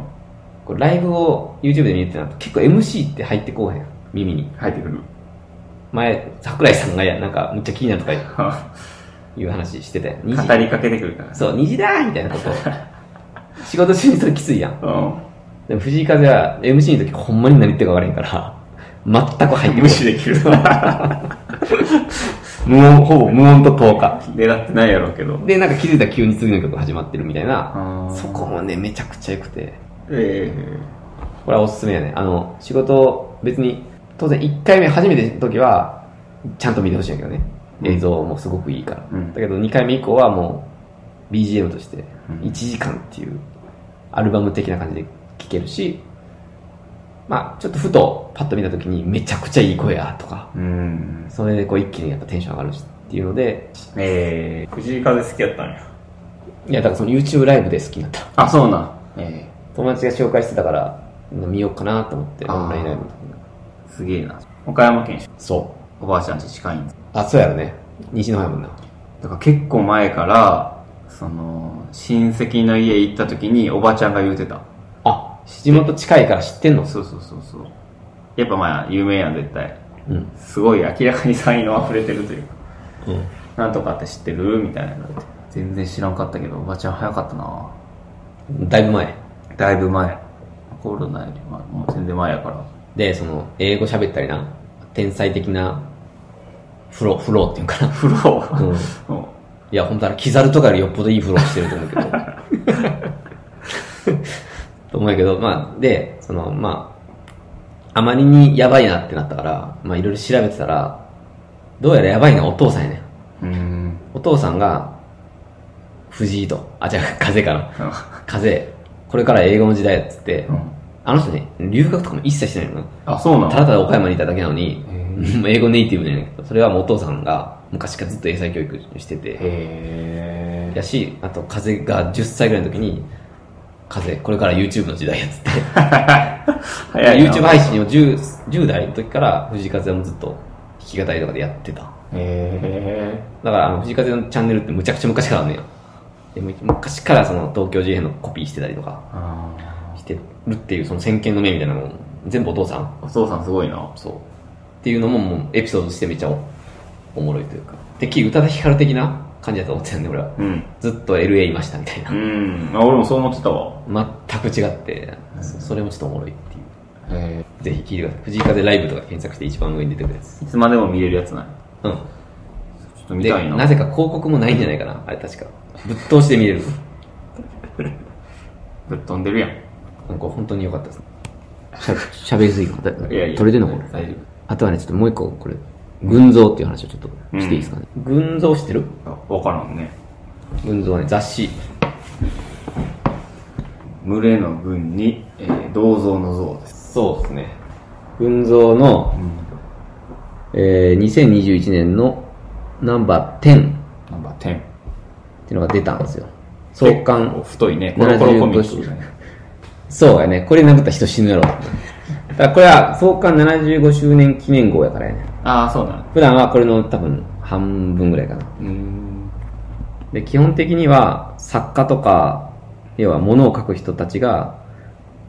こうライブを YouTube で見るってなると結構 MC って入ってこうへん、耳に。入ってくる前、桜井さんがや、なんか、むっちゃ気になるとか語いう話してたよ。2時。りかけてくるからそう、2時だーみたいなこと。仕事中にそれきついやん。うでも藤井風は MC の時ほんまに何言ってるか分からへんから、全く入ってこないん無視できる無音、ほぼ無音と10日。狙ってないやろうけどで、なんか気づいたら急に次の曲始まってるみたいな。そそこもね、めちゃくちゃ良くて。えこれはおすすめやね。あの、仕事、別に、当然1回目初めての時は、ちゃんと見てほしいんやけどね。うん映像もすごくいいから。うんだけど2回目以降はもう、BGM として、うん1時間っていう、アルバム的な感じで聴けるし、まあちょっとふと、パッと見た時に、めちゃくちゃいい声や、とか、えうんそれでこう一気にやっぱテンション上がるし、っていうので、ええ藤井風好きやったんやいや、だからその YouTube ライブで好きになった。あそうなんえ友達が紹介してたから、見ようかなと思って、あーオンラインライブの時にえすげえな岡山県出そう。おばあちゃんち近いんあ、そうやろね。西の方やもんな。だから結構前からその親戚の家行った時におばちゃんが言うてたあ、地元近いから知ってんのそうそうそうそうやっぱまあ有名やん絶対うん。すごい明らかに才能溢れてるというかうん。なんとかって知ってるみたいなのって全然知らんかったけどおばちゃん早かったなだいぶ前。だいぶ前コロナよりはもう全然前やからで、その、英語喋ったりな、天才的な、フロ、フローっていうのかな。 風呂うん。いうんや、 本当あれ、キザルとかよりよっぽどいいフローしてると思うけど。と思うんやけど、まあ、で、その、まあ、あまりにやばいなってなったから、まあ、いろいろ調べてたら、どうやらやばいのはお父さんやねん。うん。お父さんが、藤井と、あ、じゃあ、風かな。風、これから英語の時代やっつって、あの人ね、留学とかも一切してないの。あ、そうなただのただ岡山にいただけなのに、へ英語ネイティブじゃないけど、それはもうお父さんが昔からずっと英才教育してて、へやし、あと風が10歳ぐらいの時に、風、これから YouTube の時代やっつって、早いな。 YouTube 配信を 10, 10代の時から藤井風はもうずっと弾き語りとかでやってた。へだからあの藤井風のチャンネルってむちゃくちゃ昔からあんねんよ。でむ昔からその東京事変のコピーしてたりとかーあしてるっていうその先見の目みたいなのも全部お父さんーお父さんすごいな。そう。っていうのももうエピソードとしてめっちゃおおもろいというか。で、き宇多田ヒカル的な感じだと思ってたんで俺は。うん。ずっと LA いましたみたいなう。ん。あ俺もそう思ってたわ。全く違って、そそれもちょっとおもろいっていう。へぜひ聞いてください。藤井風ライブとか検索して一番上に出てくるやつ。いつまでも見れるやつない。うちょっとん。見で、たいな。なぜか広告もないんじゃないかな。あれ確か。ぶっ通して見れる。ぶっ飛んでるやん。なんか本当に良か ったですね。しゃべりすぎか。だいやいや。取れてんのこれ。大丈あとはね、ちょっともう一個、これ、群像っていう話をちょっとしていいですかね。群像してる夫。わからんね。群像ね、雑誌。群れの群に、えー銅像の像です。そうですね。群像の、えー、2021年のナンバー10っナンバー10。ていうのが出たんですよ。創結構刊。太いね。コロコロコミックみたいな。そうやね。これ殴った人死 ぬやろ。だからこれは創刊75周年記念号やからやね。ああ、そうなの。普段はこれの多分半分ぐらいかな。うーん。で基本的には作家とか要は物を書く人たちが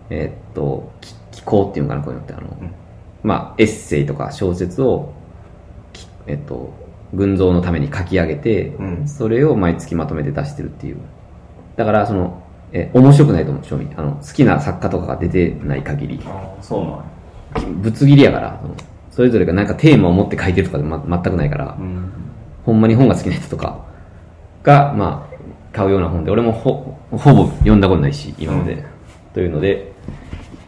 えーっとき寄稿っていうのかなこういうのってあの、んまあエッセイとか小説をきえーっと群像のために書き上げて、うんそれを毎月まとめて出してるっていうだからそのえ面白くないと思う正味あの好きな作家とかが出てない限りああ、そうなの。ぶつ切りやからそのそれぞれがなんかテーマを持って書いてるとかで、ま、全くないから、うん。ほんまに本が好きな人とかが、まあ、買うような本で、俺もほほぼ読んだことないし、今まで。うんというので、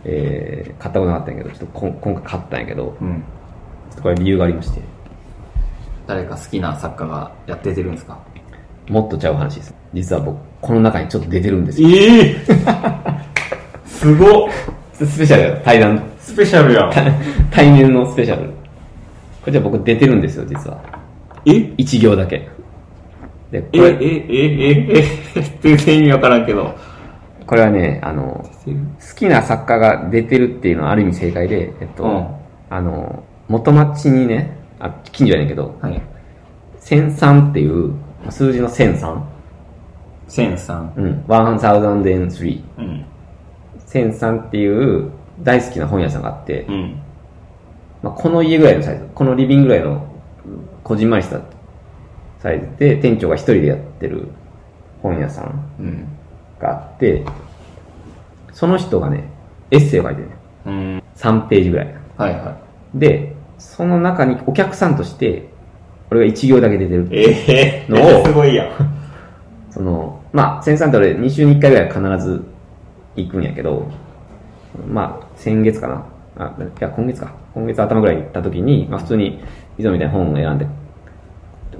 えー買ったことなかったんやけど、ちょっとこん今回買ったんやけど、うん。ちょっとこれ理由がありまして、誰か好きな作家がやって出てるんですかもっとちゃう話です。実は僕、この中にちょっと出てるんですよ。ええ すごっスペシャルよ、対談。 スペシャルやん。対面のスペシャル。これじゃ僕出てるんですよ、実は。え一行だけ。で、こえ、え、れ、え、え、え、 全然意味わからんけど。これはね、あの、好きな作家が出てるっていうのはある意味正解で、えっと、うんあの、元町にね、あ、近所やねんけど、はい。千三っていう、数字の千三千三。うん、1003。うん。千三っていう大好きな本屋さんがあって、うん。まあ、この家ぐらいのサイズ、このリビングぐらいの、こじんまりしたサイズで、店長が一人でやってる本屋さんうん。があって、その人がね、エッセイを書いてるね。うん。 3ページぐらい。はいはで、その中にお客さんとして、俺が1行だけ出てい。る。ええのすごいやん。その、まあ、千三って俺2週に1回ぐらいは必ず行くんやけど、まあ、先月かな。あ、いや、今月か。今月頭ぐらいに行った時に、まあ普通に、いつもみたいな本を選んで、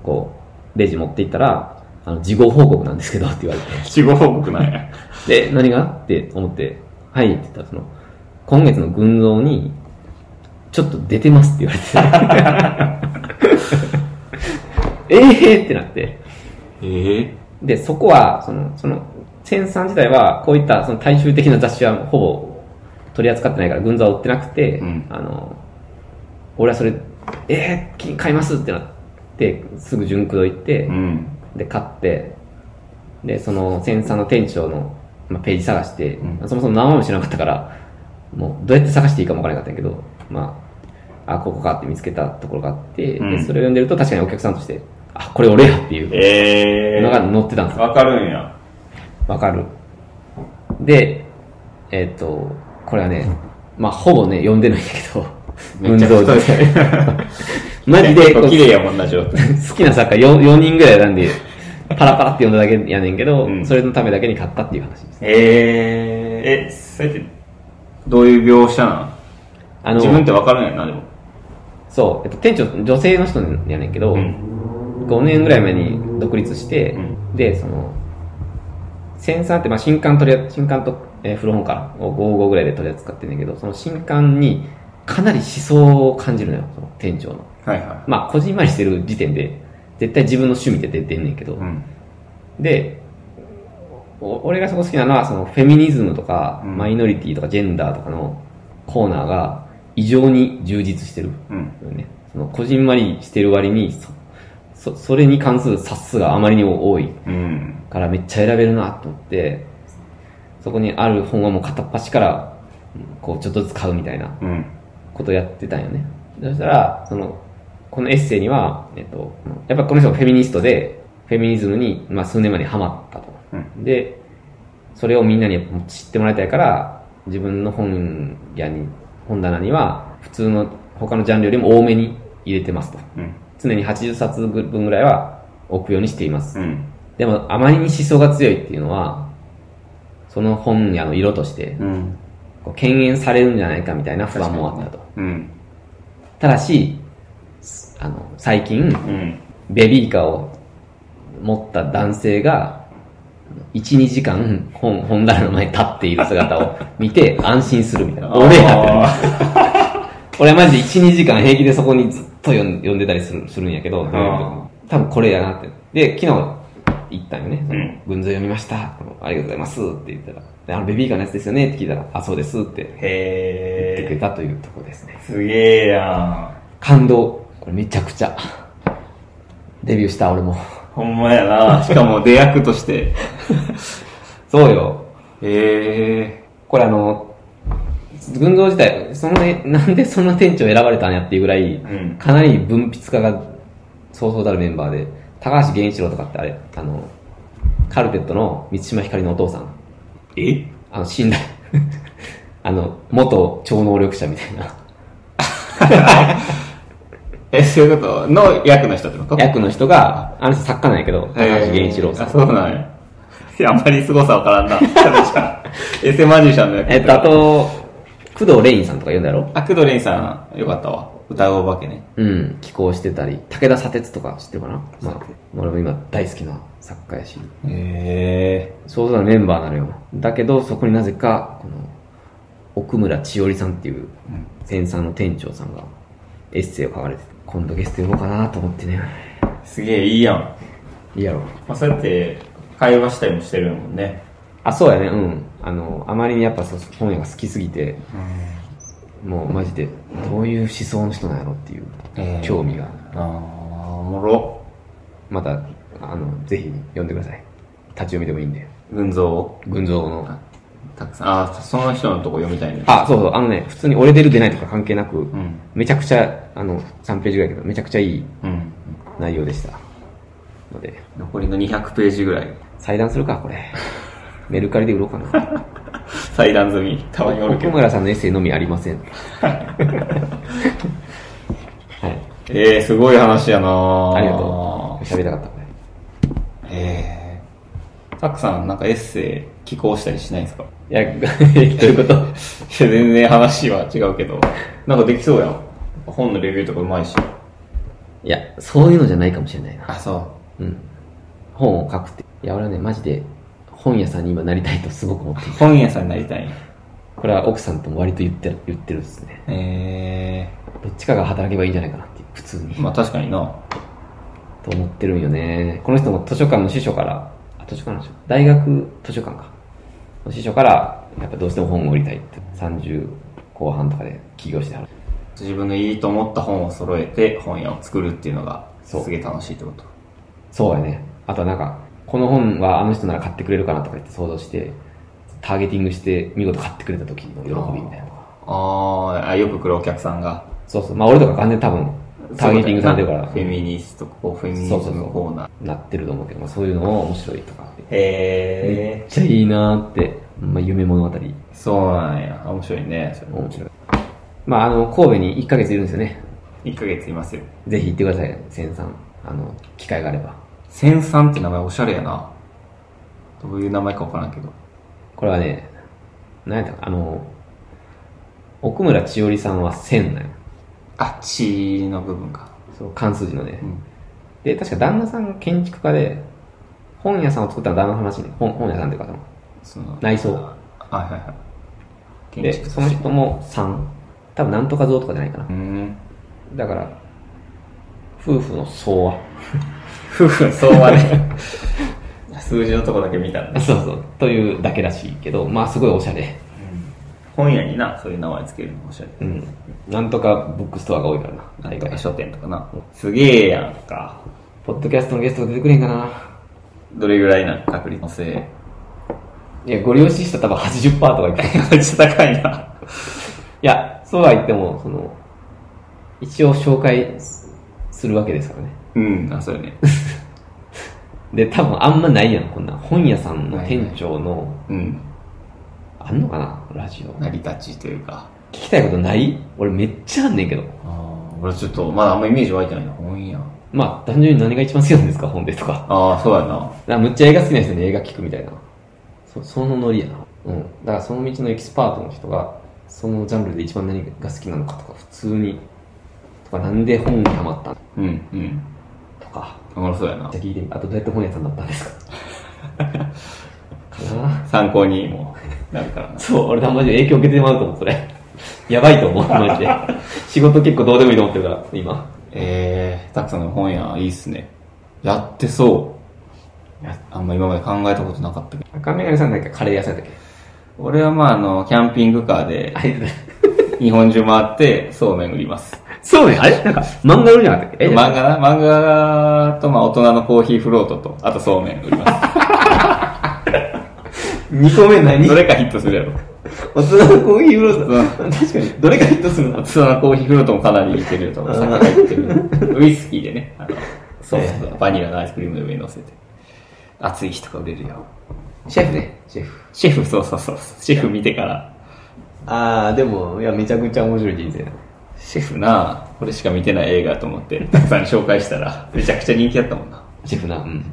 こう、レジ持って行ったら、あの、事後報告なんですけどって言われて。死後報告なんや。で、何がって思って、はいって言ったら、その、今月の群像に、ちょっと出てますって言われて。 ええーってなって。ええで、そこは、その、その、千さん自体は、こういったその大衆的な雑誌はほぼ取り扱ってないから、群像は売ってなくて、うんあの、俺はそれ、えー、買いますってなって、すぐ純駆動行って、うん。で買ってでその千さんの店長の、まあ、ページ探して、うんそもそも名前も知らなかったからもうどうやって探していいかもわからなかったんやけどまああここかって見つけたところがあって、うんでそれを読んでると確かにお客さんとしてあこれ俺やっていうええのが載ってたんですよわかるんや。わかるでえっ、とこれはねまあほぼね読んでないんだけど めっちゃ太い運動自体 マジで結こ構う綺麗やもん な、状態。好きな作家 4, 4人ぐらい選んで、パラパラって読んだだけやねんけど、うんそれのためだけに買ったっていう話です。ええええ、それって、どういう描写なあのの自分ってわかるんやな、でも。そう、えっと、店長女性の人やねんけど、うん。 5年ぐらい前に独立して、うでそのセンサーってまあ新刊取りあ新刊と、えー古本かを55ぐらいで取り扱ってんだけどその新刊にかなり思想を感じるのよその店長のはいはまあこじんまりしてる時点で絶対自分の趣味って出てんねんけど、い。うん。でお俺がそこ好きなのはそのフェミニズムとか、うんマイノリティとかジェンダーとかのコーナーが異常に充実してるうん。よねそのこじんまりしてる割にそそそれに関する冊数があまりにも多いうん。からめっちゃ選べるなと思ってそこにある本はもう片っ端からうんこうちょっとずつ買うみたいなうん。ことをやってたんよねそしたらそのこのエッセイには、えっと、やっぱこの人がフェミニストでフェミニズムに、まあ、数年前にハマったと、うでそれをみんなに知ってもらいたいから自分の本屋に本棚には普通の他のジャンルよりも多めに入れてますとうん。常に80冊分ぐらいは置くようにしています、うん。でもあまりに思想が強いっていうのはその本屋の色としてうん。こう敬遠されるんじゃないかみたいな不安もあったとうん。ただしあの最近うん。ベビーカーを持った男性が12時間本本棚の前に立っている姿を見 て安心するみたいな俺やってあ俺はマジで12時間平気でそこにずっと読ん読んでたりするするんやけどあ多分これやなってで昨日行ったんよねそのうん「文在読みましたありがとうございます」って言ったらで「あのベビーカーのやつですよね」って聞いたら「あそうです」ってー言ってくれへたというところですねー。すげえや感動これめちゃくちゃデビューした俺もん。ほんまやな。しかも出役として。そうよへえ。これあの、群像自体、その、えなんでその店長選ばれたんやっていうぐらい、うん。かなり文筆家がそうそうたるメンバーで、高橋源一郎とかってあれ、あの、カルテットの満島ひかりのお父さん、え あの、死んだ、 あの、元超能力者みたい なえ、そういうことの役の人ってこと役の人が、あの人作家なんやけど、高橋源一郎さあ、ん。そうなんや。いや、あんまり凄さわか らんな。確かにエセマジシャンの役。えっと、あと、工藤レインさんとか言うんだろあ、工藤レインさん、よかったわ。歌うお化けね。うん、寄稿してたり、武田砂鉄とか知ってるかなまあ、俺も今大好きな作家やし。へそうだメンバーなのよだけどそこになぜかこの奥村千織さんっていううんセンサーの店長さんがエッセイを書かれてて今度ゲスト呼ぼうかなと思ってねー。すげえいいやん。いいやろまあ、そうやって会話したりもしてるもんね。あそうやねうんあのあまりにやっぱそう本屋が好きすぎてもうマジでどういう思想の人なんやろっていうえー興味があー、おもろ。またあのぜひ読んでください立ち読みでもいいんで群像を群像のたくさん。あー、その人のとこ読みたいね。あそうそうあのね普通に俺出る出ないとか関係なく、うん。めちゃくちゃあの3ページぐらいやけどめちゃくちゃいいうん。内容でしたので残りの200ページぐらい。裁断するかこ れメルカリで売ろうかな 裁断済み。たまにおる 奥けど。村さんのエッセイのみありませ んはいえー、すごい話やなーありがとう喋りたかったこれえー。たくさんなんかエッセイ寄稿したりしないんですか いや どういうこといや、全然話は違うけど。なんかできそうやん。本のレビューとかうまいし。いやそういうのじゃないかもしれないな、そうん、本を書くっていや俺はねマジで本屋さんに今なりたいとすごく思ってるう。本屋さんになりたいんや。これは奥さんとも割と言ってる言ってるですねえどっちかが働けばいいんじゃないかなっていう普通にー。まあ確かにな。と思ってるんよね。この人も図書館の司書から、あ図書館の司書大学図書館か。の司書から、やっぱどうしても本を売りたいって、30後半とかで起業してはる。自分のいいと思った本を揃えて本屋を作るっていうのがそうすげえ楽しいってこと。そうやね。あとはなんか、この本はあの人なら買ってくれるかなとか言って想像して、ターゲティングして見事買ってくれた時の喜びみたいな。あーあ、よく来るお客さんが。そうそう。まあ俺とか完全に多分、ターゲティングされてるからフ、ェミニスト、こう、フェミニそズうそうムそうコーナー。なってると思うけど、まあそういうのも面白いとか。めへっちゃいいなーって、まあ夢物語。ー。そうなんや。面白いね。それ面白い。まああの、神戸に1ヶ月いるんですよね。 1ヶ月いますよ。ぜひ行ってください、千さん。あの、機会があれば。千三って名前おしゃれやな。どういう名前かわからんけど。これはね、何やったか、あの、奥村千織さんは千なんや。あ、血の部分か。そう、関数字のねう。ん。で、確か旦那さんが建築家で、本屋さんを作ったのは旦那の話ね。本本屋さんっていうか、そのその、内装。はいはいはい。で、その人も3。多分なんとか像とかじゃないかなう。ん。だから、夫婦の総和。夫婦の相場ね。数字のとこだけ見たらね。 そうそう。というだけらしいけど、まあすごいおしゃれ。本屋にな、そういう名前つけるのおしゃれ。うん。なんとかブックストアが多いからな。なん海とか外書店とかな。すげえやんか。ポッドキャストのゲストが出てくれへんかな。どれぐらいな確率のせい。 いや、ご利用ししたら多分80%とか言って る。いめっちゃ高いな。や、そうは言っても、その、一応紹介するわけですからね。うん、あ、そうよね。で、多分あんまないやん、こんな。本屋さんの店長の、うん。あんのかなラジオ。成り立ちというか。聞きたいことない俺めっちゃあんねんけど。ああ、俺ちょっと、まだあんまイメージ湧いてないな、本屋。まあ、単純に何が一番好きなんですか本でとか。ああ、そうやな。だからむっちゃ映画好きな人に映画聞くみたいな。そそのノリやな。うん。だからその道のエキスパートの人が、そのジャンルで一番何が好きなのかとか、普通に、とか、なんで本にハマったのうん、うん。とか、おもろそうやなじ。ゃあ聞いてみあとどうやって本屋さんだったんですか かな参考にもなるからな。そう、俺たまに影響受けてまうと思う、それ。やばいと思う、マジ で。仕事結構どうでもいいと思ってるから、今。 えー、たくさんの本屋、いいっすね。やってそう。やあんま今まで考えたことなかったけど。赤メガネさんなんかカレー屋さんだっけ俺はまああの、キャンピングカーであ、れ日本中回って、そうめん売ります。そうね、あれなんか漫画売るじゃなかったっけえ漫画な、漫画とまあ大人のコーヒーフロートと、あとそうめん売り ま2個目す。何どれかヒットするやろ。大人のコーヒーブロード。確かに。どれがヒットする大の人のコーヒーフロートもかなりいけると思う。酒がいってる。ウイスキーでね、あ の、そうえーバニラのアイスクリームの上に乗せて。暑い日とか売れるよ。シェフね、シェフ。シェフ、そうそうそう。シェフ見てから。あー、でも、いや、めちゃくちゃ面白い人生だ。シェフなこれしか見てない映画と思って、たくさん紹介したら、めちゃくちゃ人気だったもんな。シェフな。うん。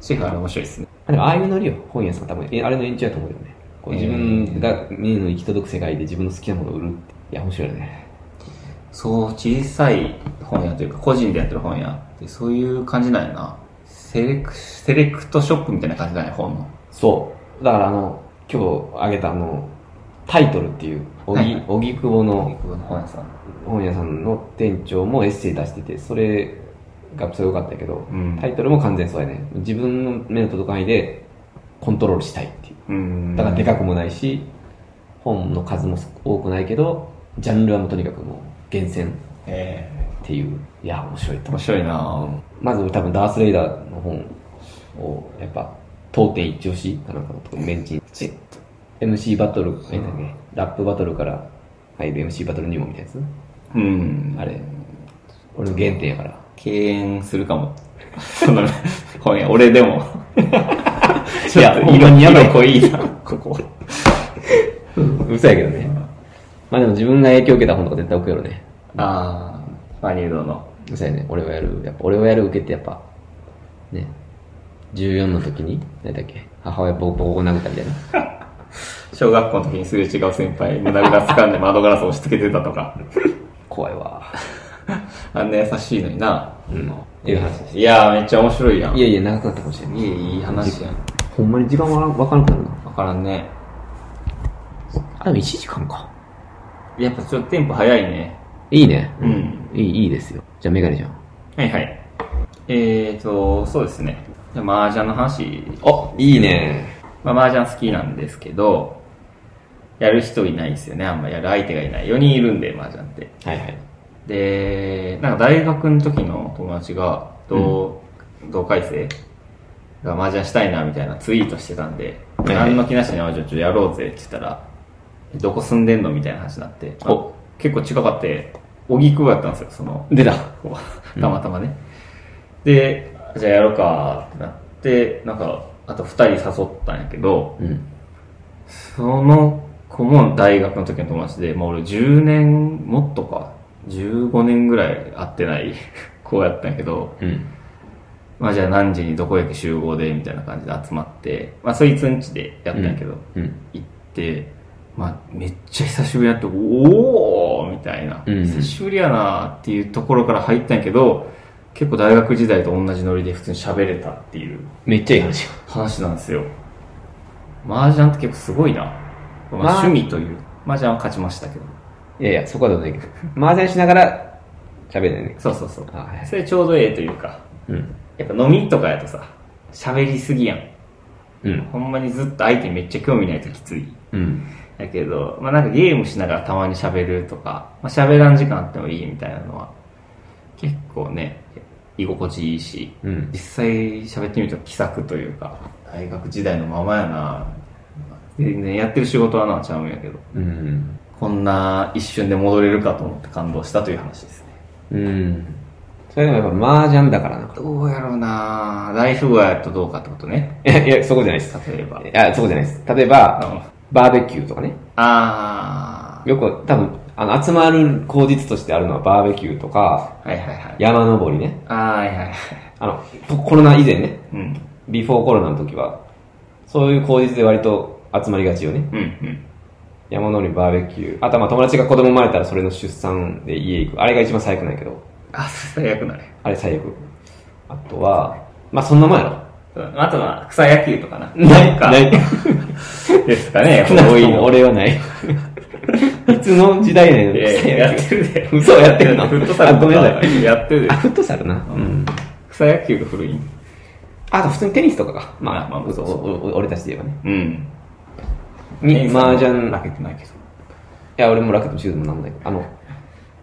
シェフあれ面白いですね。あでも、ああいうノリよ、本屋さん多分、えあれの延長やと思うよね。こう自分が目の行き届く世界で自分の好きなものを売るって。いや、面白いよね。そう、小さい本屋というか、個人でやってる本屋って、そういう感じなんやな。セレク、セレクトショップみたいな感じなんや、本の。そう。だから、あの、今日あげたあの、タイトルっていう、おはいぎ、おぎくぼの僕の本屋さん。本屋さんの店長もエッセイ出してて、それがすごかったけど、うんタイトルも完全そうやね。自分の目の届く範囲でコントロールしたいっていう。うんだからでかくもないし、本の数も多くないけど、ジャンルはもうとにかくもう厳選っえていう。いや、面白いとー、面思う。白いなまず多分ダース・レイダーの本を、やっぱ、当店一押しかなんかのところにメンチン。MC バトル、えなんだっけラップバトルから、はい、MC バトル入門みたいなやつうん。あれ、俺の原点やから。敬遠するかも。その、本屋、俺で も。いやほんまにやばい色濃いな、ここ。嘘やけどね。まあでも自分が影響受けた本とか絶対置くよね。あー、ファニードの。嘘やね。俺をやる。やっぱ俺をやる受けってやっぱ、ね。14の時に、何だっけ母親ボコボコ殴ったみたいな。小学校の時にすれ違う先輩、胸ぐら掴んで窓ガラス押し付けてたとか。 怖いわ。あんな優しいのにな。うん。いう話です。いやー、めっちゃ面白いやん。いやいや、長くなったかもしれない。いい、いい話やん。ほんまに時間はわからなくなるな。わからんね。あ、でも1時間か。やっぱちょっとテンポ早いね。いいね。うん。いい、いいですよ。じゃあメガネじゃん。はいはい。えーと、そうですね。じゃあ、麻雀の話。あ、いいね。まあ、麻雀好きなんですけど、やる人いないですよね。あんまやる相手がいない。4人いるんで、麻雀って。はいはい。で、なんか大学の時の友達が、同、同回生が麻雀したいなみたいなツイートしてたんで、はい何の気なしに麻雀ちょっとやろうぜって言ったら、どこ住んでんのみたいな話になって、あお結構近かって、荻窪やったんですよ、その、出た。こう たまたまね。で、じゃあやろうかってなって、なんか、あと2人誘ったんやけど、うん。その子も大学の時の友達で、もう俺10年、もっとか、15年ぐらい会ってない 子やったんやけど、うん。まあじゃあ何時にどこ駅集合で、みたいな感じで集まって、まあそいつんちでやったんやけど、うん。行って、まあ、めっちゃ久しぶりやって、おおみたいな、うん久しぶりやなっていうところから入ったんやけど、結構大学時代と同じノリで普通に喋れたっていうめっちゃいい話よ。話なんですよ。麻雀って結構すごいな。まあ、まあ趣味という。麻雀は勝ちましたけど。いやいや、そこはどうでもいいけど。麻雀しながら喋るね。そうそうそう。あはいそれちょうどええというか、うん。やっぱ飲みとかやとさ、喋りすぎやん。うん。ほんまにずっと相手にめっちゃ興味ないときつい。うん。だけど、まあなんかゲームしながらたまに喋るとか、まあ喋らん時間あってもいいみたいなのは、結構ね、居心地いいし、うん実際喋ってみると気さくというか、大学時代のままやな全然やってる仕事はな、ちゃうんやけど、うん。こんな一瞬で戻れるかと思って感動したという話ですね。うん。それでもやっぱ麻雀だからな。どうやろうな大富豪やとどうかってことね。いや、いや、そこじゃないです。例えば。いや、そこじゃないです。例えあば、のバーベキューとかね。あよく、多分、あの、集まる口実としてあるのはバーベキューとか、ー、はいはいはい。山登りね。あーはいはいはい。あの、ポコロナ以前ね。うん。ビフォーコロナの時は、そういう口実で割と集まりがちよね。うんうん。山登り、バーベキュー。あとはまあ友達が子供生まれたらそれの出産で家行く。あれが一番最悪なんやけど。あ、最悪だね。あれ最悪。あとは、まあそんなもんやろ。あとは草野球と かな。ないか。ない。ですかね、少なく多といもの。俺は ない。いつの時代ねんいやいややってるで。嘘やってるのフットサルあごめんなさいやってるであ、。フットサルな。うん。草野球が古いあと普通にテニスとかか。まあ、まあまあ嘘そうそうおお俺たちで言えばね。うん。に、麻雀。負けてないけど。いや、俺もラケットもシューズもなんもないけど。あの、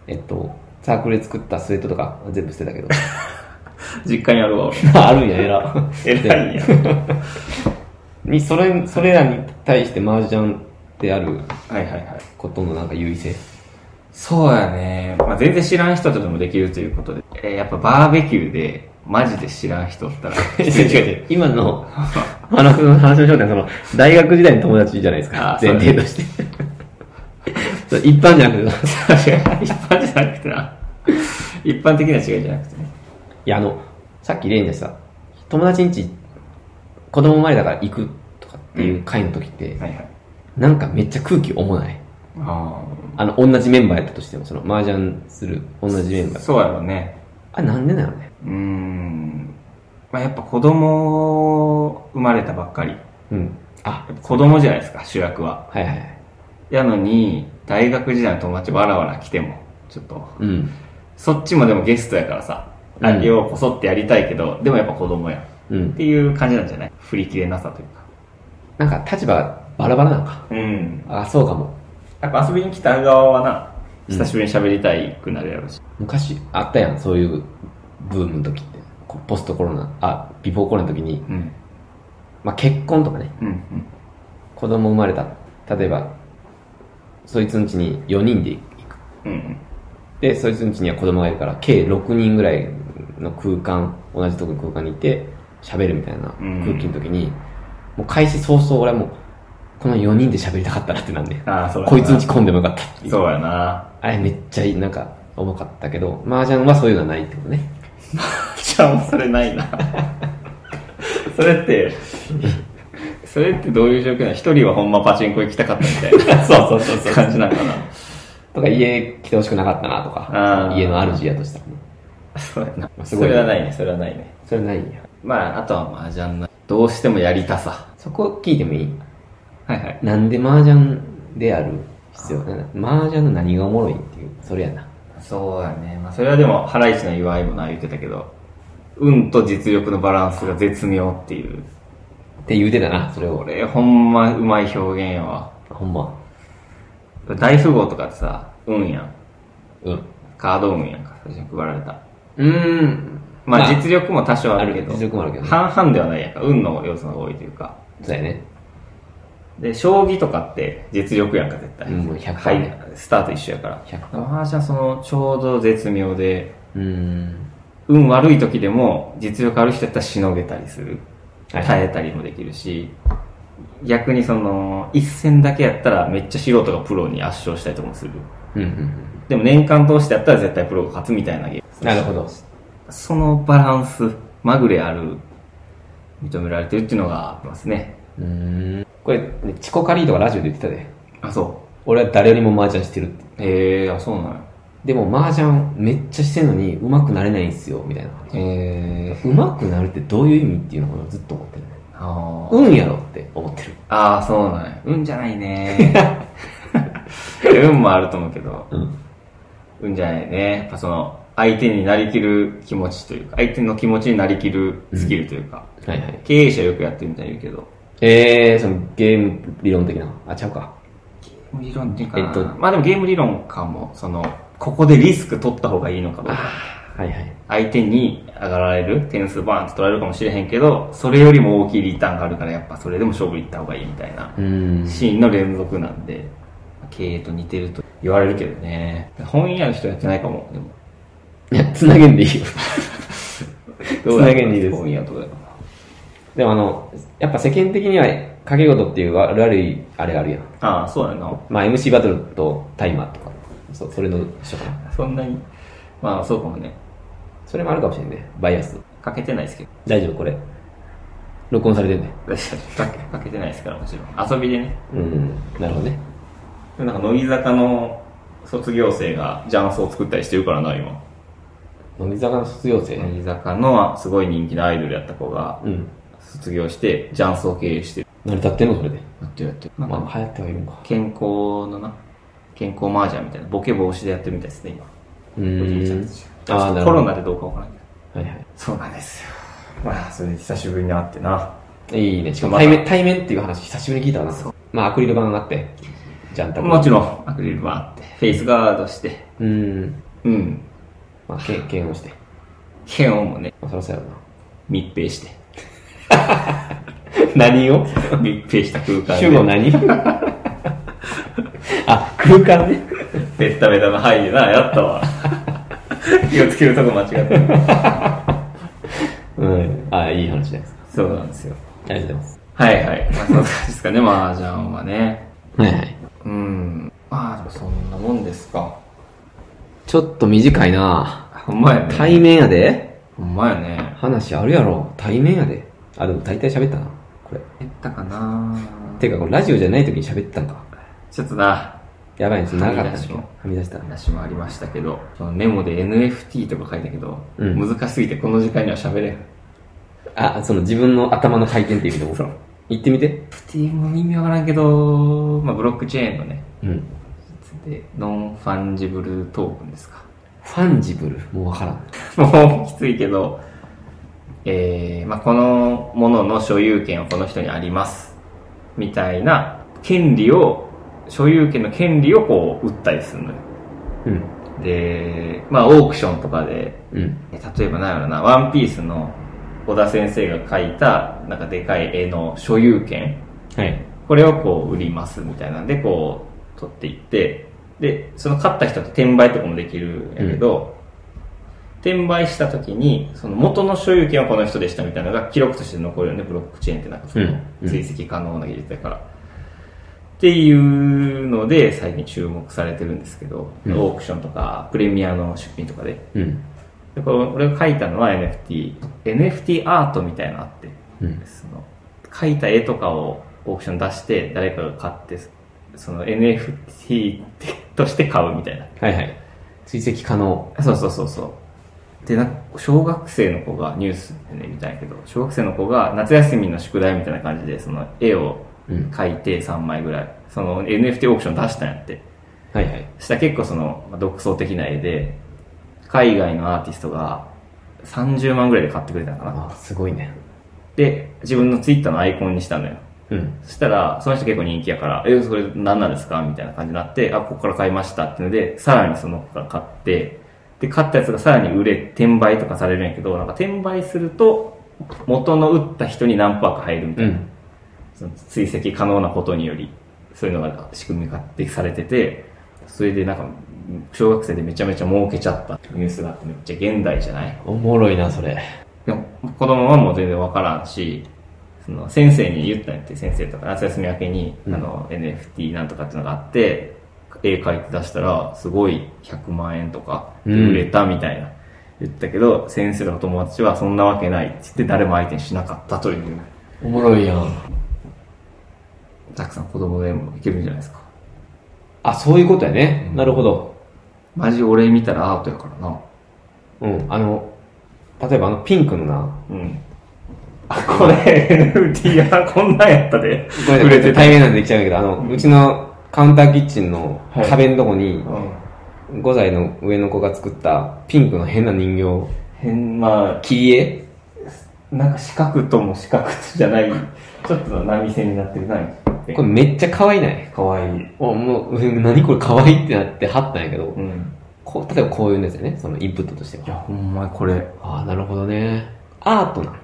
えっと、サークルで作ったスウェットとか全部捨てた けど。実家にあるわ、俺。あるんや、偉。 偉いんや。に、それ、それらに対して麻雀であるはいはいはい。ことのなんか優位性。そうやね。まあ、全然知らん人とでもできるということで。えーやっぱバーベキューで、マジで知らん人おった ら。違う違う。今 の、話の話の焦点はその、大学時代の友達じゃないですかあ。前提として。 そう一般じゃなくて。一般じゃなくてな。一般的な違いじゃなくてね。いや、あの、さっき例に出した、友達ん家、子供生まれだから行くとかっていう会の時って、はいはい。なんかめっちゃ空気重ない。ああの、同じメンバーやったとしても、その、麻雀する、同じメンバー。あ。そうやろね。あ、なんでなのね。うーん。まあ、やっぱ子供生まれたばっかり。やうん。あ、っぱ子供じゃないですか、主役は。はいはいはい。やのに、大学時代の友達わらわら来ても、ちょっと、うん。そっちもでもゲストやからさ、うんあようこそってやりたいけど、でもやっぱ子供や。うっん。ていう感じなんじゃない振り切れなさというか。なんか立場がバラバラなのか。うん。あ、そうかも。やっぱ遊びに来た側はな、うん久しぶりに喋りたいくなるやろうし。昔あったやん、そういうブームの時って。こポストコロナ、あ、ビフォーコロナの時に、うん。まあ、結婚とかね、うん。うん。子供生まれた。例えば、そいつの家に4人で行く。うん。で、そいつの家には子供がいるから、計6人ぐらいの空間、同じとこの空間にいて、喋るみたいなうん空気の時に、もう開始早々俺はもう、この4人で喋りたかったなってなんで、ああ、そうやな。こいつの家混んでもよかったっていう。そうやな。あれめっちゃいい、なんか、重かったけど、麻雀はそういうのはないってことね。じゃあもうそれない な。それって、それってどういう状況なの一人はほんまパチンコ行きたかったみたいな。 そうそうそう。感じなのかとか、家来てほしくなかったなとかあ、ー家の主やとしたらね。な。そうやな。すそごいれはないね、それはないね。それないんや。まあ、あとは麻雀な。どうしてもやりたさ。そこ聞いてもいいはいはい。なんで麻雀である必要なの麻雀の何がおもろいっていう、それやな。そうやね。まあ、それはでも、ハライチの祝いもな、言ってたけど、運と実力のバランスが絶妙っていう。って言うてたな、それを。俺、ほんまうまい表現やわ。ほんま。大富豪とかってさ、運やん。うん。うカード運やんか、最初に配られた。ーん。まあ実力も多少あるけあど、る実力もあるけどね半々ではないやんか、運の要素が多いというか。そうやね。で、将棋とかって実力やんか、絶対。うんもう100%はい、スタート一緒やから。 100%マージャンその、ちょうど絶妙で、うーん。運悪い時でも、実力ある人やったらしのげたりする。はい耐えたりもできるし、逆にその、一戦だけやったらめっちゃ素人がプロに圧勝したりとかもする。うんうんうん。でも年間通してやったら絶対プロが勝つみたいなゲーム。なるほど。そのバランス、まぐれある、認められてるっていうのがありますね。うーん。これ、ねチコカリーとかラジオで言ってたで。あ、そ俺は誰よりも麻雀してるって。う。ええー、あ、そうなのでも麻雀めっちゃしてるのに上手くなれないんすよ、みたいな。ええ上手くなるってどういう意味っていうのをずっと思ってるね。ー。あー運やろって思ってる。あー、そうなんや。運じゃない ね運もあると思うけど、うん。運じゃないね。やっぱその、相手になりきる気持ちというか、相手の気持ちになりきるスキルというか、はいはい。経営者よくやってるみたいに言うけど、えー、そのゲーム理論的な。あ、ちゃうか。ゲーム理論っていうかな、えっとまあでもゲーム理論かも、その、ここでリスク取った方がいいのかどうか。はいはい。相手に上がられる、点数バーンって取られるかもしれへんけど、それよりも大きいリターンがあるから、やっぱそれでも勝負いった方がいいみたいな、うん。シーンの連続なんで、経営と似てると言われるけどね。本意ある人やってないかも、でも。いや、つなげんでいいよ。 つなげんでいいです。本意はどうだろうな。でもあの、やっぱ世間的には掛け事っていう悪いあれがあるやん。ああ、そうやな。まあ MC バトルとタイマーとか、そそれの一緒かな。そんなに、まあそうかもね。それもあるかもしれんね。バイアス。かけてないですけど。 大丈夫これ。録音されてんね。かけかけてないですから、もちろん。遊びでね。うん。なるほどね。でもなんか乃木坂の卒業生が雀荘を作ったりしてるからな、今。乃木坂の卒業生。乃木坂のすごい人気のアイドルやった子がうん。卒業して雀荘を経営してる。成り立ってんのそれで。やってるやってる。なんかまあ流行ってはいるんか。健康のな、健康麻雀みたいな、ボケ防止でやってるみたいですね、今。うおじいちゃんんたち。ああ、なるほコど。ロはナでどうかわからんけど。いはい。そうなんですよ。まあ、それで久しぶりに会ってな。いいね。しかもまあ対面、対面っていう話久しぶりに聞いたわな。まあ、アクリル板があって。じゃんたく。もちろん、アクリル板あって、フェイスガードして、うん。うん。まあ、け、検温して。検温もね、まあ、そろそろやろうな。密閉 して。 何を密閉した空間主語 何あ、空間ね。ベッタベタの範囲でな、やったわ。 気をつけるとこ間違ってる。うん。あいい話です。そうなんですよ。ありがとうございます。はいはい。まあ、そんな感じですかね、麻雀はね。はいはい。うん。まあ、でもそんなもんですか。ちょっと短いなほんまやね。対面やでほんまやね。話あるやろ。対面やで。あ、でも大体喋ったな。これ。減ったかなてか、これラジオじゃない時に喋ってたんか。ちょっとな、やばいね、ちょっと長かったはみ出しねも。はみ出した。話もありましたけど、そのメモで NFT とか書いたけど、うん難しすぎてこの時間には喋れん。あ、その自分の頭の回転っていう意味でそもう。言ってみて。 NFT も意味わからんけど、まあ、ブロックチェーンのね、うん。で、ノンファンジブルトークンですか。 ファンジブル。もうわからん。もうきついけど、えー、まあ、このものの所有権はこの人にあります。みたいな、権利を、所有権の権利をこう、売ったりするのよ。うん。で、まあ、オークションとかで、うん。え例えばなんやろな、ワンピースの小田先生が描いた、なんかでかい絵の所有権はい。これをこう売りますみたいなんでこう取っていってでその買った人って転売とかもできるんやけど、転売した時にその元の所有権はこの人でしたみたいなのが記録として残るよねブロックチェーンってなんかそうんうんの追跡可能な技術だから、っていうので最近注目されてるんですけど、うんオークションとかプレミアの出品とかでうん。でこれ俺が書いたのは NFT NFT アートみたいなのあってうん。その描いた絵とかをオークション出して誰かが買ってその NFT として買うみたいなはいはい。追跡可能。そうそうそうそうでなんか小学生の子がニュースでね見たんやけど小学生の子が夏休みの宿題みたいな感じでその絵をうん。描いて3枚ぐらいその NFT オークション出したんやってはいはい。したら結構そのまあ独創的な絵で海外のアーティストが30万ぐらいで買ってくれたのかなあ、すごいね。で自分のツイッターのアイコンにしたのようん。そしたら、その人結構人気やから、え、それ何なんですかみたいな感じになって、あ、ここから買いましたっていうので、さらにその子から買って、で、買ったやつがさらに売れ、転売とかされるんやけど、なんか転売すると、元の売った人に何パーか入るみたういな、ん。その追跡可能なことにより、そういうのが仕組み化ってされてて、それでなんか、小学生でめちゃめちゃ儲けちゃったニュースがあって、めっちゃ現代じゃないおもろいな、それ。でも子供はもう全然わからんし、その先生に言ったんやって、先生とか夏休み明けに、うんあの NFT なんとかっていうのがあって、絵描いて出したら、すごい100万円とかで売れたみたいな、言ったけど、先生の友達はそんなわけないって言って誰も相手にしなかったという、おもろいやん。たくさん子供でもいけるんじゃないですか。あ、そういうことやね。うんなるほど。マジ俺見たらアートやからな。うん。あの、例えばあのピンクのな、うん。あ、これ、NFT がこんなんやったで。ごめん売なされい、てた。対面なんでできちゃうんやけど、あの、うちのカウンターキッチンのはい壁のとこに、うん。 5歳の上の子が作ったピンクの変な人形、変、ま切り絵あ、なんか四角とも四角とじゃない、ちょっと波線になってるな。これめっちゃ可愛いないかわいい。おもう、うん何これ可愛いってなって貼ったんやけどう、ん。こう例えばこういうんですよね、そのインプットとしていや、は。ほんまこれ。ああ、なるほどね。アートな。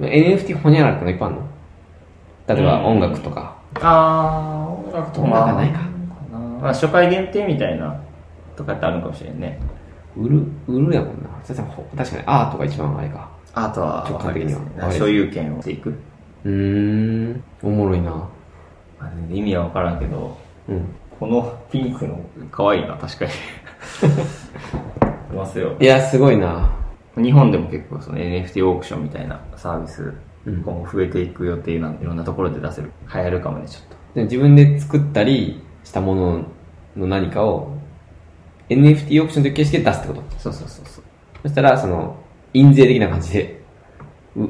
NFT ほにゃらってのいっぱいあるの例えばうん音楽とか。あー、音楽とか音楽ないかまあ、初回限定みたいな、とかってあるのかもしれんね。売る、売るやもんな。そしたらほ確かにアートが一番あれか。アートは直感的にはわかりますね所有権をしていく。うーん、おもろいな。まあね意味はわからんけど、うん。このピンクの、可愛いな、確か に。いますよ。いや、すごいな。日本でも結構その NFT オークションみたいなサービス、うん今後増えていく予定なんで、いろんなところで出せる。流行るかもね、ちょっと。で自分で作ったりしたものの何かを NFT オークションという形式で出すってこと。そうそうそうそう。そしたら、その、印税的な感じで、う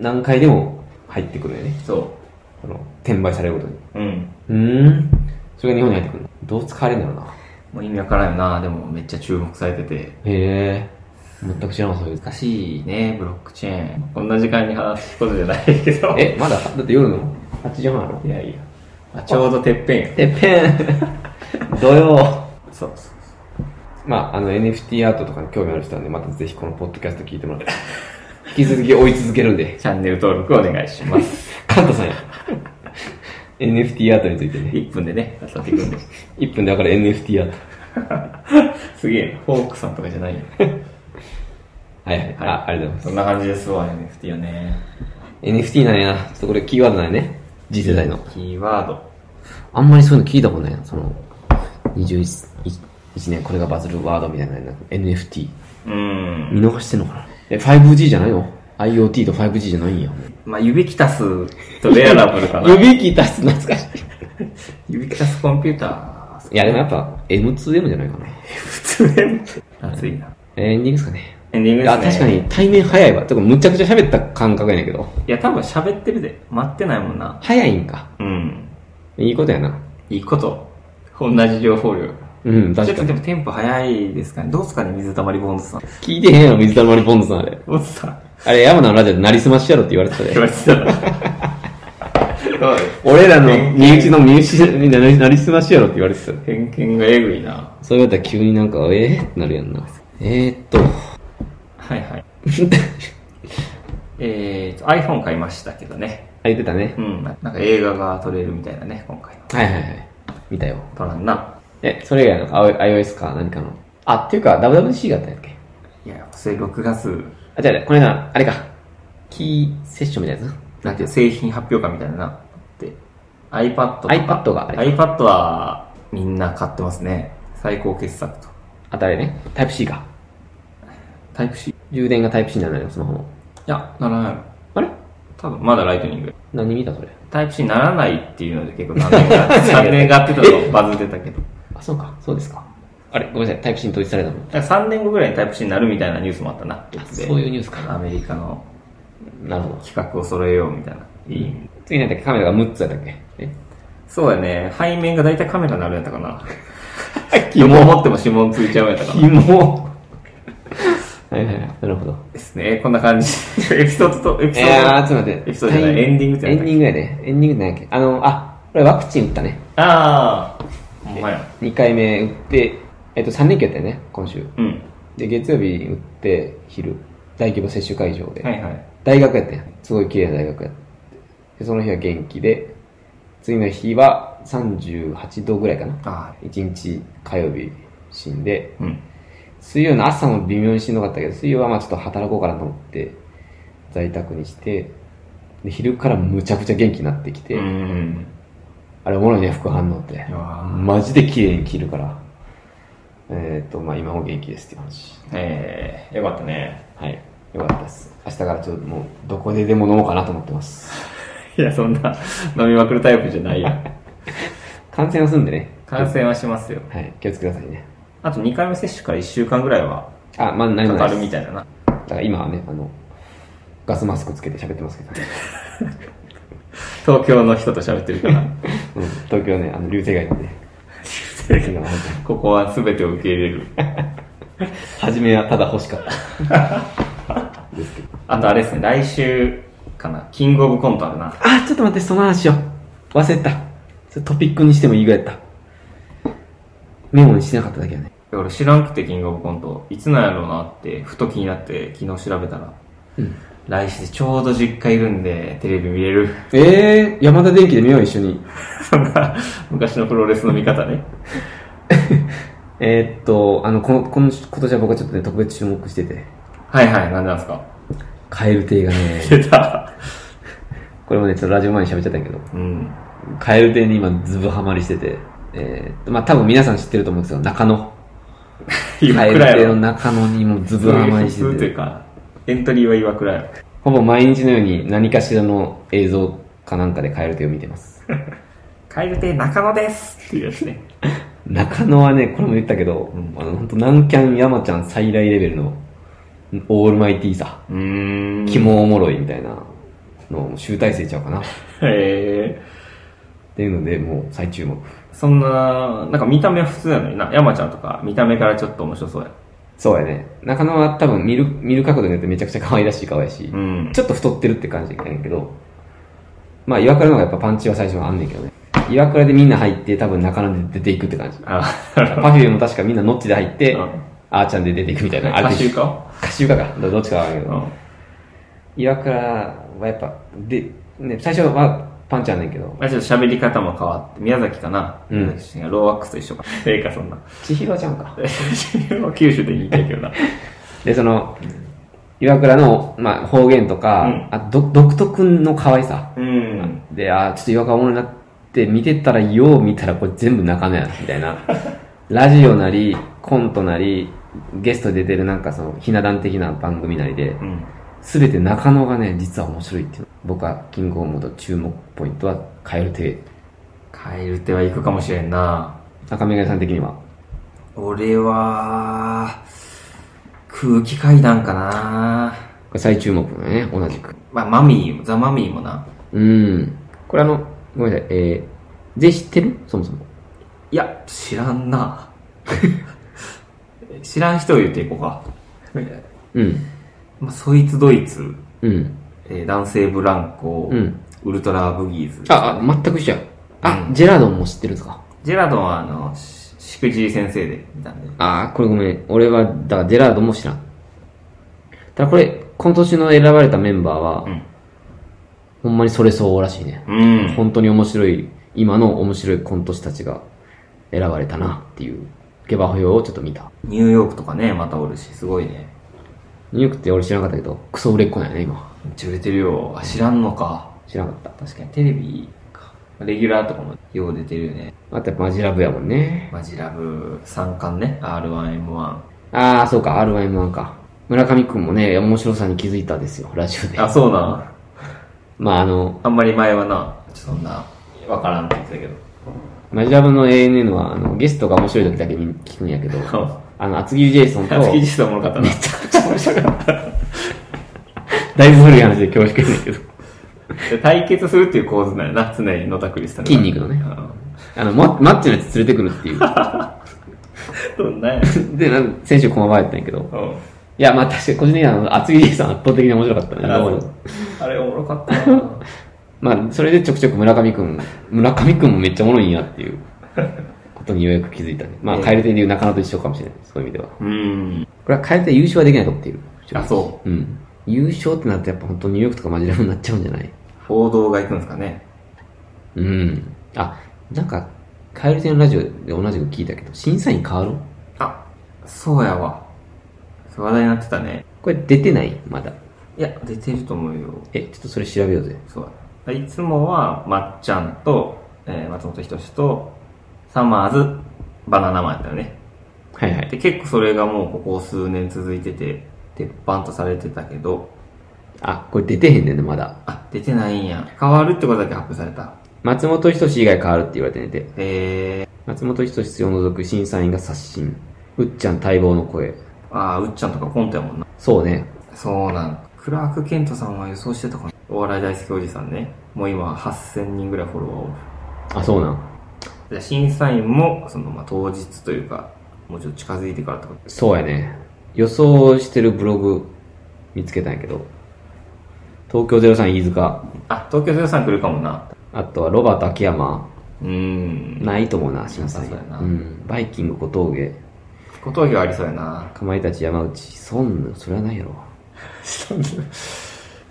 何回でも入ってくるよね。そその、転売されることに。う。ううん。ーん。それが日本に入ってくるの。どう使われるんだろうな。もう意味わからんよな、でもめっちゃ注目されてて。へえ。全く知らなかったです。難しいね、ブロックチェーン。こんな時間に話すことじゃないけ ど。え、まだ、だって夜の8時半やろいやいや。あちょうどてっぺんや。てっぺん土曜そうそうそう。まあ、あの NFT アートとかに興味ある人はね、またぜひこのポッドキャスト聞いてもらって。引き続き追い続けるんで。チャンネル登録お願いします。 カントさんや。NFT アートについてね。 1分でね、当たってく るんで。 1分で分かる NFT アート。すげえな、フォークさんとかじゃ ないよ。はいはい。あ、ありがとうございそんな感じですわ、NFT はね。ます。NFT なんやな。ちょっとこれキーワードなんやね。次世代の。キーワード。あんまりそういうの聞いたことないな。その、21年これがバズるワードみたいなのなく NFT。うーん。見逃してんのかな。え、5G じゃないの ?IoT と 5G じゃないんや。まあ、指キタスとレアラブル かな。指切ったす懐かしい。指キタスコンピューター。いや、でもやっぱ M2M じゃないかな。普通で熱いな。えーエンディングですかね。エンディングですあ、ね。確か。に対面早いわ。てか、むちゃくちゃ喋った感覚やねんけど。いや、多分喋ってるで。待ってないもんな。早いんか。うん。いいことやな。いいこと。同じ情報量。うん、ちょ確っかとに。でもテンポ早いですかね。どうですかね、水溜りボンズさん。聞いてへんやろ、水溜りボンドさん、あれ。ボンズ さん。あれ、山名のラジオでなりすましやろって言われてた言で。われて たら。そう俺らの身内の身内になりなりすましやろって言われてたで。偏見がえぐいな。そう言われたら急になんか、えーってなるやんな。えーっ と。はいはい。えーと、iPhone 買いましたけどね。あ、言ってたねう。ん。なんか映画が撮れるみたいなね、今回の。はいはいはい。見たよ。撮らんな。え、それ以外のあ iOS か何かの。あ、っていうか、WWC があったんやっけ。いや、それ6月、あ、じゃあ、これな、あれか。キーセッションみたいなやつなんていう製品発表会みたいなな。で、iPad とか iPad があれ iPad はみんな買ってますね。最高傑作と。あとあれね。タイプ C か。タイプ C? い充電がタイプ C にならないの、スマホの。や、ならないの。あれ多分、まだライトニング。何見たそれ。タイプ C にならないっていうので結構何年か、3年 がやってたとバズってたけど。あ、そうか。そうですか。あれ、ごめんなさい。タイプ C に統一されたの。 3年後ぐらいにタイプ C になるみたいなニュースもあったな。あそういうニュースかアメリカのなるほど。企画を揃えようみたいな。いい。次なんだっけカメラが6つやったっけえそうやね。背面が大体カメラになるやったかな。 疑問持っても指紋ついちゃうやったかな。モはいはいはい。なるほど。ですね。こんな感じ。エピソードと、エピいソード。やー、ちょっと待って。エピソードじゃないタイムエンディングってエなンんデだっけィングやね。エンディングなんやっけあの、あ、これワクチン打ったね。ああ、ほんまや。 2回目打って、えっと、3連休やったよね、今週。うん。で、月曜日打って、昼。大規模接種会場で。はいはい。大学やったんやすごい綺麗な大学やってでその日は元気で次の日は38度ぐらいかなあ1日火曜日死んであ、うん。水曜の朝も微妙にしんどかったけど水曜はまあちょっと働こうかなと思って在宅にしてで昼からむちゃくちゃ元気になってきて、うん。あれおもろいね副反応っていやーマジで綺麗に切るからえっ、とまあ今も元気ですっていう話ええよかったね。はいよかったです明日からちょっともうどこででも飲もうかなと思ってますいや、そんな、飲みまくるタイプじゃないよ。感染はすんでね 感染はしますよ。はい。気をつけてくださいね。あと2回目接種から1週間ぐらいはあ、まだ何もかないでかるすみたいだな。だから今はね、あの、ガスマスクつけて喋ってますけど、ね、東京の人と喋ってる から。うん東京ね、あの、流星街なんで。流星街ここは全てを受け入れる。初めはただ欲しかった。ですけど。あとあれですね、来週かな。キングオブコントあるな。あ、ちょっと待って、その話を。忘れてた。それトピックにしてもいいぐらいだった。メモにしてなかっただけだね。俺知らんくて、キングオブコント。いつなんやろうなって、ふと気になって、昨日調べたら。うん。来週でちょうど実家いるんで、テレビ見れる。 えー、山田電機で見よう、一緒に。そんな、昔のプロレスの見方ね。えーっと、あの、この、この、今年は僕はちょっとね、特別注目してて。はいはい、なんでなんですかカエル亭がね、出た。これもね、ちょっとラジオ前に喋っちゃったけど、うん。カエル亭に今ズブハマりしてて、えーっと、まあ多分皆さん知ってると思うんですよ、中野。カ岩エル倉亭のやろ。中野にもうズ普ブハマり し通てといてう、か、エントリーは岩倉やろ。ほぼ毎日のように何かしらの映像かなんかでカエル亭を見てます。蛙亭中野ですっていうやつね。中野はね、これも言ったけど、うんあの、本当南キャン山ちゃん最大レベルの、オールマイティーさ、うーん。肝おもろいみたいなのを集大成ちゃうかな。へっていうので、もう最注目。ーそんな、なんか見た目は普通やのにな。山ちゃんとか、見た目からちょっと面白そうや。そうやね。中野は多分見る、見る角度によってめちゃくちゃ可愛らしい顔やし、うん。ちょっと太ってるって感じやねんけど、まあ岩倉の方がやっぱパンチは最初はあんねんけどね。岩倉でみんな入って多分中野で出ていくって感じ。あ、パフュームも確かみんなノッチで入ってうん、あーちゃんで出ていくみたいな。歌集歌か手かか。どどっちかわかんないけうど。ん。岩倉はやっぱ、で、ね、最初はパンチやねんけど、まあちょっと喋り方も変わって、宮崎かなうん宮崎がローワックスと一緒か。ええか、そんな。 千尋ちゃんか。九州で言いたい けどな。で、その、岩倉の、まあ、方言とか、うんあど独特の可愛さ。うん。で、あーちょっと違和感おもろいなって見てたら、よう見たらこれ全部中野やな、みたい な。ラジオなり、コントなり、ゲストで出てるなんかその、ひな壇的な番組なりでう、ん。すべて中野がね、実は面白いっていう。僕は、キングオブモード注目ポイントは、カエル亭。カエル手は行くかもしれんな。赤目がさん的には。俺は、空気階段かな。これ最注目だね、同じく。まあ、マミーも、ザ・マミーもな。うん。これあの、ごめんなさい、えー、ぜ知ってるそもそも。いや、知らんな。 知らん人を言っていこうか。うん。まあ、そいつドイツ、うん。えー男性ブランコ、うんウルトラブギーズ。あ、あ、全く一緒や。あ、ジェラードンも知ってるんですかジェラドンは、あの、ししくじり先生で見たんで。ああ、これごめん。俺は、だからジェラードも知らん。ただこれ、今年の選ばれたメンバーは、うんほんまにそれ相応らしいね。うん。本当に面白い、今の面白いコント師たちが選ばれたなっていう、下馬評をちょっと見た。ニューヨークとかね、またおるし、すごいね。ニューヨークって俺知らなかったけど、クソ売れっ子なんやね、今。めっちゃ売れてるよ。あ、知らんのか。知らなかった。確かにテレビか。レギュラーとかもよう出てるよね。あとやっぱマジラブやもんね。マジラブ3冠ね。R1M1。ああ、そうか、R1M1 か。村上くんもね、面白さに気づいたですよ、ラジオで。あ、そうな。まああの、あんまり前はな、そんな、わからんって言ってたけど。マジラブの ANN は、あの、ゲストが面白い時だけに聞くんやけど、あの、厚切りジェイソンと、 あ、月実はおもろか ったな。だいぶ古い話で恐縮やねんけど、で対決するっていう構図なんやな、常に野田クリスタルが。筋肉のねうんあの、ママッチのやつ連れてくる っていう。どんなんや。で、なん先週駒場やったんやけど、うんいや、まあ確かに個人的にはあの、厚切りジェイソン圧倒的に面白かったねあどうそも。うあれおもろかったな。まあ、それでちょくちょく村上くん、村上くんもめっちゃおもろいんやっていう、ことにようやく気づいたね。まあ、ええカエル亭でいう中野と一緒かもしれない。そういう意味では。 うん。これはカエル亭優勝はできないと思っている。。あ、そう。うん。優勝ってなってやっぱ本当ニューヨークとかマジラブになっちゃうんじゃないう報道が行くんですかね。うん。あ、なんか、カエル亭のラジオで同じく聞いたけど、審査員変わろうあ、そうやわ。話題になってたね。これ出てないまだ。いや、出てると思うよ。え、ちょっとそれ調べようぜ。そうだいつもは、まっちゃんと、えー松本人志と、サマーズ、バナナマンやったよね。はいはい。で、結構それがもうここ数年続いてて、鉄板とされてたけど、あ、これ出てへんねんね、まだ。あ、出てないんや。変わるってことだけ発表された。松本人志以外変わるって言われてねて。え松本人志を除く審査員が刷新。うっちゃん待望の声。ああ、うっちゃんとかコントやもんな。そうね。そうなん。クラーク・ケントさんは予想してたかな。お笑い大好きおじさんね。もう今8000人ぐらいフォロワーおる。あ、そうなん。で審査員も、その、まあ、当日というか、もうちょっと近づいてからってことそうやね。予想してるブログ見つけたんやけど。東京03飯塚。あ、東京さん来るかもな。あとはロバート秋山。うーん。ないと思うな、審査員そうやなうん。バイキング小峠。小峠はありそうやな。かまいたち山内。そんな、それはないやろ。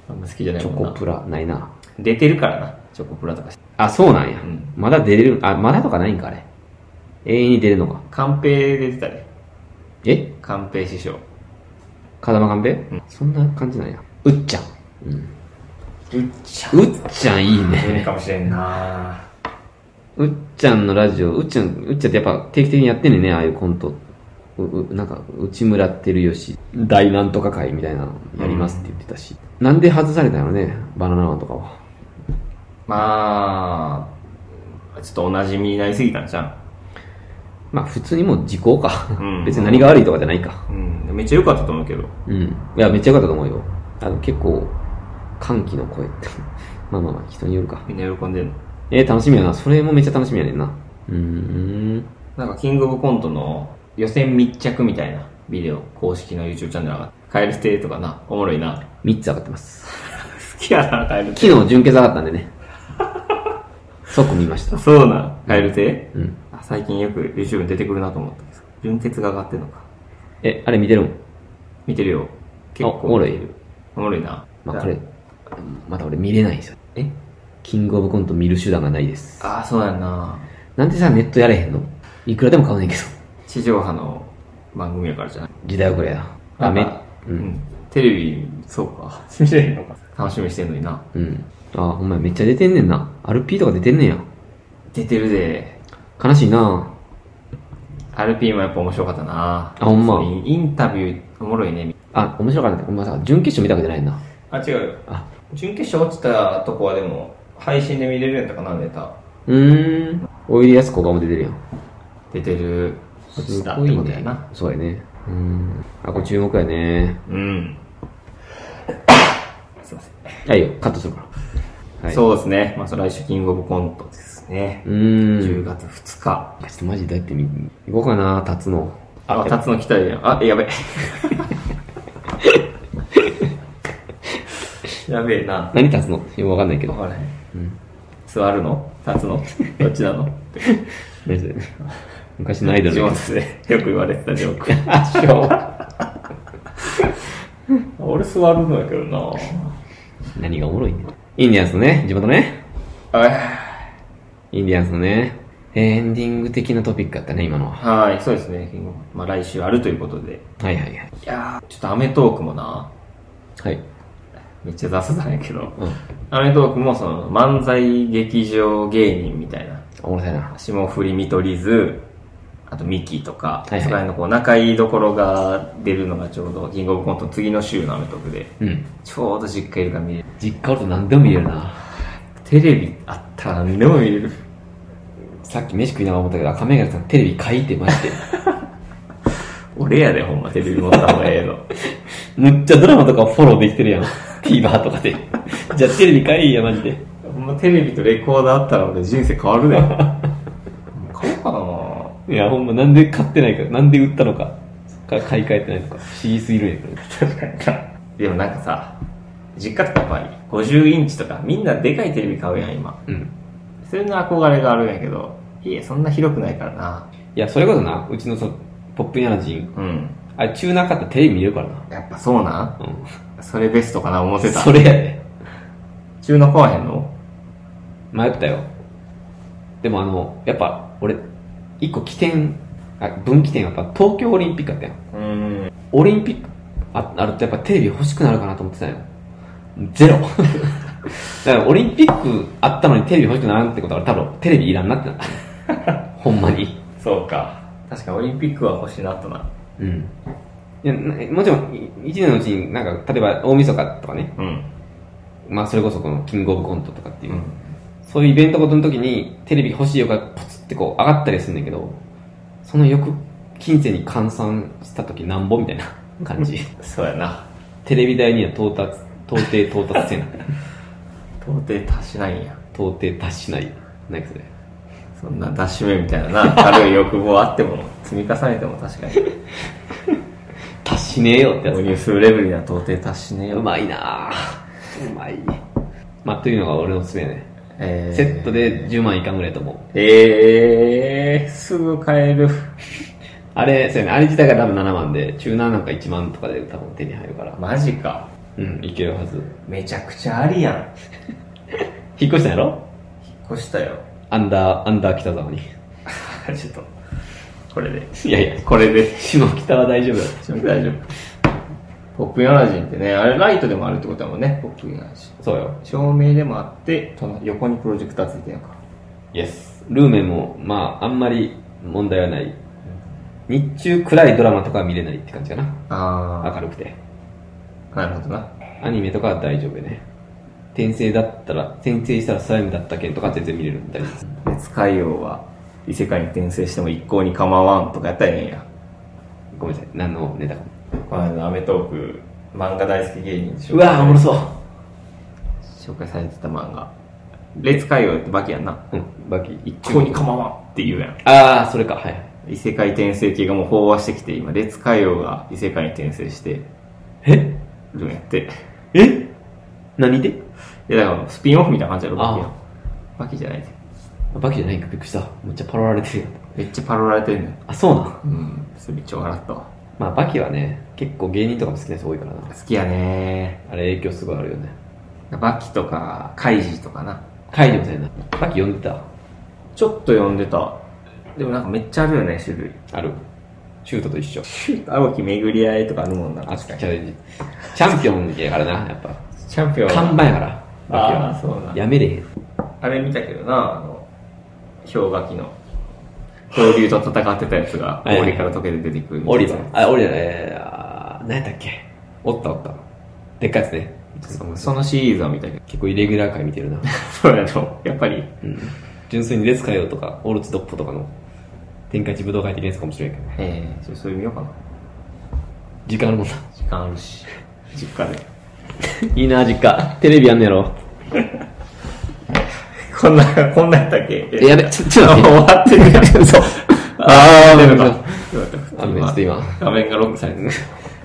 あんま好きじゃないチョもコんな。プラ、ないな。出てるからな。チョコプラとか。あ、そうなんや。うんまだ出れる、あ、まだとかないんか、あれ。永遠に出れるのか。カンペ出てたね。えカンペ師匠。風間勘兵衛、んそんな感じなんや。うっちゃん。うっちゃうっちゃんいい出るね。かもしれんな。うっちゃんのラジオ、うっちゃん、うっちゃんってやっぱ定期的にやってんねんね、ああいうコント。う、う、なんか、内村ってるよし、大なんとか会みたいなのやりますって言ってたし。なんで外されたのね、バナナマンとかは。まあ、ちょっとお馴染みになりすぎたんじゃん。まあ普通にもう時効か。うん別に何が悪いとかじゃないか。うん。めっちゃ良かったと思うけど。うん。いや、めっちゃ良かったと思うよ。あの、結構、歓喜の声 って。まあまあまあ、人によるか。みんな喜んでるの。えー、楽しみやな。それもめっちゃ楽しみやねんな。うーん。なんか、キングオブコントの予選密着みたいなビデオ、公式の YouTube チャンネルが、カエルテとかな、おもろいな。 3つ上がってます。好きやな、カエルテ。昨日、準決上がったんで ね。即見ました。そうなん、カエルテ、うん。あ最近よく YouTube に出てくるなと思ったんです純潔が上がってんのか。え、あれ見てるん見てるよ。結構。あおもろい。おもろいな。まあ、これ、まだ俺見れないんですよ。えキングオブコント見る手段がないです。ああ、そうやんな。なんでさ、ネットやれへんのいくらでも買うねんけど。地上波の番組やからじゃない。時代遅れや。ああ、め、ううん。ん。テレビ、そうか。見れへんのか。楽しみにしてんのにな。うん。あ、ほんまやめっちゃ出てんねんな。RP とか出てんねんや。出てるで。悲しいな RP もやっぱ面白かったな。あほんまそうインタビュー、おもろいね。あ、面白かった。ごめんなさい。準決勝見たわけじゃないな。あ、違うよ。あ、準決勝落ちたとこはでも、配信で見れるんだかな、ネタ。うーん。おいでやすこがも出てるやん。出てる。落すちたっごていことやねな。。そうやね。うーん。あ、これ注目やね。うん。すいません。はいよ、カットするから。はい。う。そうですね。まあ、それ来週キングオブコントですね。うー10ん。月2日。ちょっとマジでだって見、行こうかな、立つの。あ、あ、立つの来たやん。あ、えやべ。 やべえな。何立つのよくわかんないけわど。からへん。座るの立つのどっちなの何それ昔のアイドル地の元でよく言われてたジョーク。あ、しょう。俺座るのやけどな何がおもろいねんインディアンスのね、地元ね。はインディアンスのね。エンディング的なトピックだったね、今のは。い、そうですね。まあ来週あるということで。はいはいはい。いやー、ちょっとアメトークもなはい。めっちゃ雑談やけど。うん。アメトークもその漫才劇場芸人みたいな。おもろいな。霜降り見取り図、あとミキとか、はいはいそこら辺のこう仲いいところが出るのがちょうどキングオブコントの次の週のアメトークで、うん。ちょうど実家いるから見れる。実家おると何でも見れるな。テレビあったら何でも見れる。さっき飯食いながら思ったけど、亀ヶ谷さんテレビ書いてま して。俺やでほんまテレビ持った方がええの。むっちゃドラマとかフォローできてるやん。TVer とかで。じゃあテレビ買いや、マジで。ほんまテレビとレコーダーあったら俺人生変わるで。買おうかないや、ほんま、なんで買ってないか、なんで売ったのか、か買い替えてないのか、不思議すぎるんやけど。でもなんかさ、実家とかやっぱり50インチとかみんなでかいテレビ買うやん今。うん。そういうの憧れがあるんやけど、いえ、そんな広くないからな。いや、それこそな、うちのそのポップインアラジン、うん。あれ、チューナー買ったらテレビ見れるからな。やっぱそうなんうそれベストかな思ってん。た。 それやで。中の買わへんの迷ったよ。でもあの、やっぱ、俺、一個起点、あ分岐点はやっぱ東京オリンピックだったよ。うん。オリンピックああるとやっぱテレビ欲しくなるかなと思ってたよ。ゼ ロ。だからオリンピックあったのにテレビ欲しくならんってことは多分テレビいらんなってな った。ほんまに。そうか。確かにオリンピックは欲しいなとな。うん。いやなもちろん、い一年のうちになんか、例えば大晦日とかね、うん。まあそれこそこのキングオブコントとかっていう、うんそういうイベントごとの時に、テレビ欲しいよがポツってこう上がったりするんだけど、その翌金銭に換算した時なんぼみたいな 感じ。そうやな。テレビ台には到達、到底到達せん。 到底達しないんや。到底達しない。何かそれ。そんな出し目みたいなな、軽い欲望あっても、積み重ねても確かに。達しねえよってやつ購。入するレベルには到底達しねえうよ。まいなぁ。うまい。まあ、というのが俺のおすすめやね。えーセット。で10万いかんぐらいだと思う。えー、すぐ買える。あれ、そうやね。あれ自体が多分7万で、中7なんか1万とかで多分手に入るから。マジか。うん、いけるはず。めちゃくちゃありやん。引っ越したんやろ引っ越したよ。アンダー、アンダー北沢に。ちょっと、これで。 いやいや、これで。下北は大丈夫だ。大丈夫。ポップインアラジンってね、あれライトでもあるってことだもんね、ポップインアラジン。そうよ。照明でもあって、その横にプロジェクターついてるのか。イエス。ルーメンも、まあ、あんまり問題はない。日中暗いドラマとかは見れないって感じかな。あ明るくて。あ、なるほどな。アニメとかは大丈夫やね。転生だったら、転生したらスライムだった件とか全然見れるんだり。熱海王は異世界に転生しても一向に構わんとかやったらええんや。ごめんなさい。何のネタか。この間、アメトーク、漫画大好き芸人でうわぁ、おもろそう。紹介されてた漫画。烈海王ってバキやんな。うん、バキ。一向に構わんって言うやん。ああ、それか、はい。異世界転生系がもう飽和してきて、今、烈海王が異世界に転生してえるんやって。え何でいやだからスピンオフみたいな感じやろバキあはバキじゃないでバキじゃないんか、びっくりした。めっちゃパロられてるよ。めっちゃパロられてんねんあ、そうなん。うんそれめっちゃ笑ったわまあ、バキはね、結構芸人とかも好きな人多いからな。好きやねあれ影響すごいあるよね。バキとかカイジとかなカイジもそうやな。バキ読んでた。ちょっと読んでたでもなんかめっちゃあるよね種類ある。シュートと一緒。 青き巡り合いとかあるもんなあ、チャレンジ。チャンピオンやからな、やっぱ。チャンピオン看板やから。ああバそうキなは。やめれへん。あれ見たけどなあの氷河期の恐竜と戦ってたやつがはいはい檻から溶けて出てくるオリバー。あ、オリバーえーあー、何やったっけおったおった。でっかいやつね。そうそのシリーズは見たけど 結構イレギュラー回見て るな。そうやろやっぱりうん。純粋にレスカヨとか、オルツドッポとかの、天下一武道会的なやつかもしれんけど。ええそれそれ見ようかな時間あるもんな。時間あるし実家で いいな、実家。テレビやんねやろ。こんなこんなやったっけえやべ、ちょ、ちょっと待終って。 わってるやんそうあ出ーるかあのねちょっと今、画面がロックされてる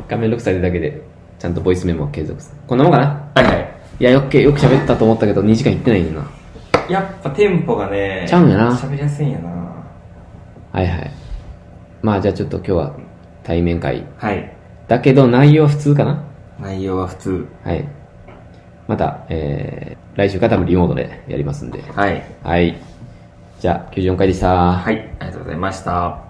画面録されるだけで、ちゃんとボイスメモを継続する。こんなもんかなはいはいいや、よっけ、よく喋ったと思ったけど、2時間いってないねんな。やっぱテンポがねちゃうんやな喋りやすいんやなはいはい。まあ、じゃあちょっと今日は対面会。はいだけど、内容は普通かな内容は普通はい。また、えー、来週から多分リモートでやりますんで。はいはい。じゃあ、94回でした。はいありがとうございました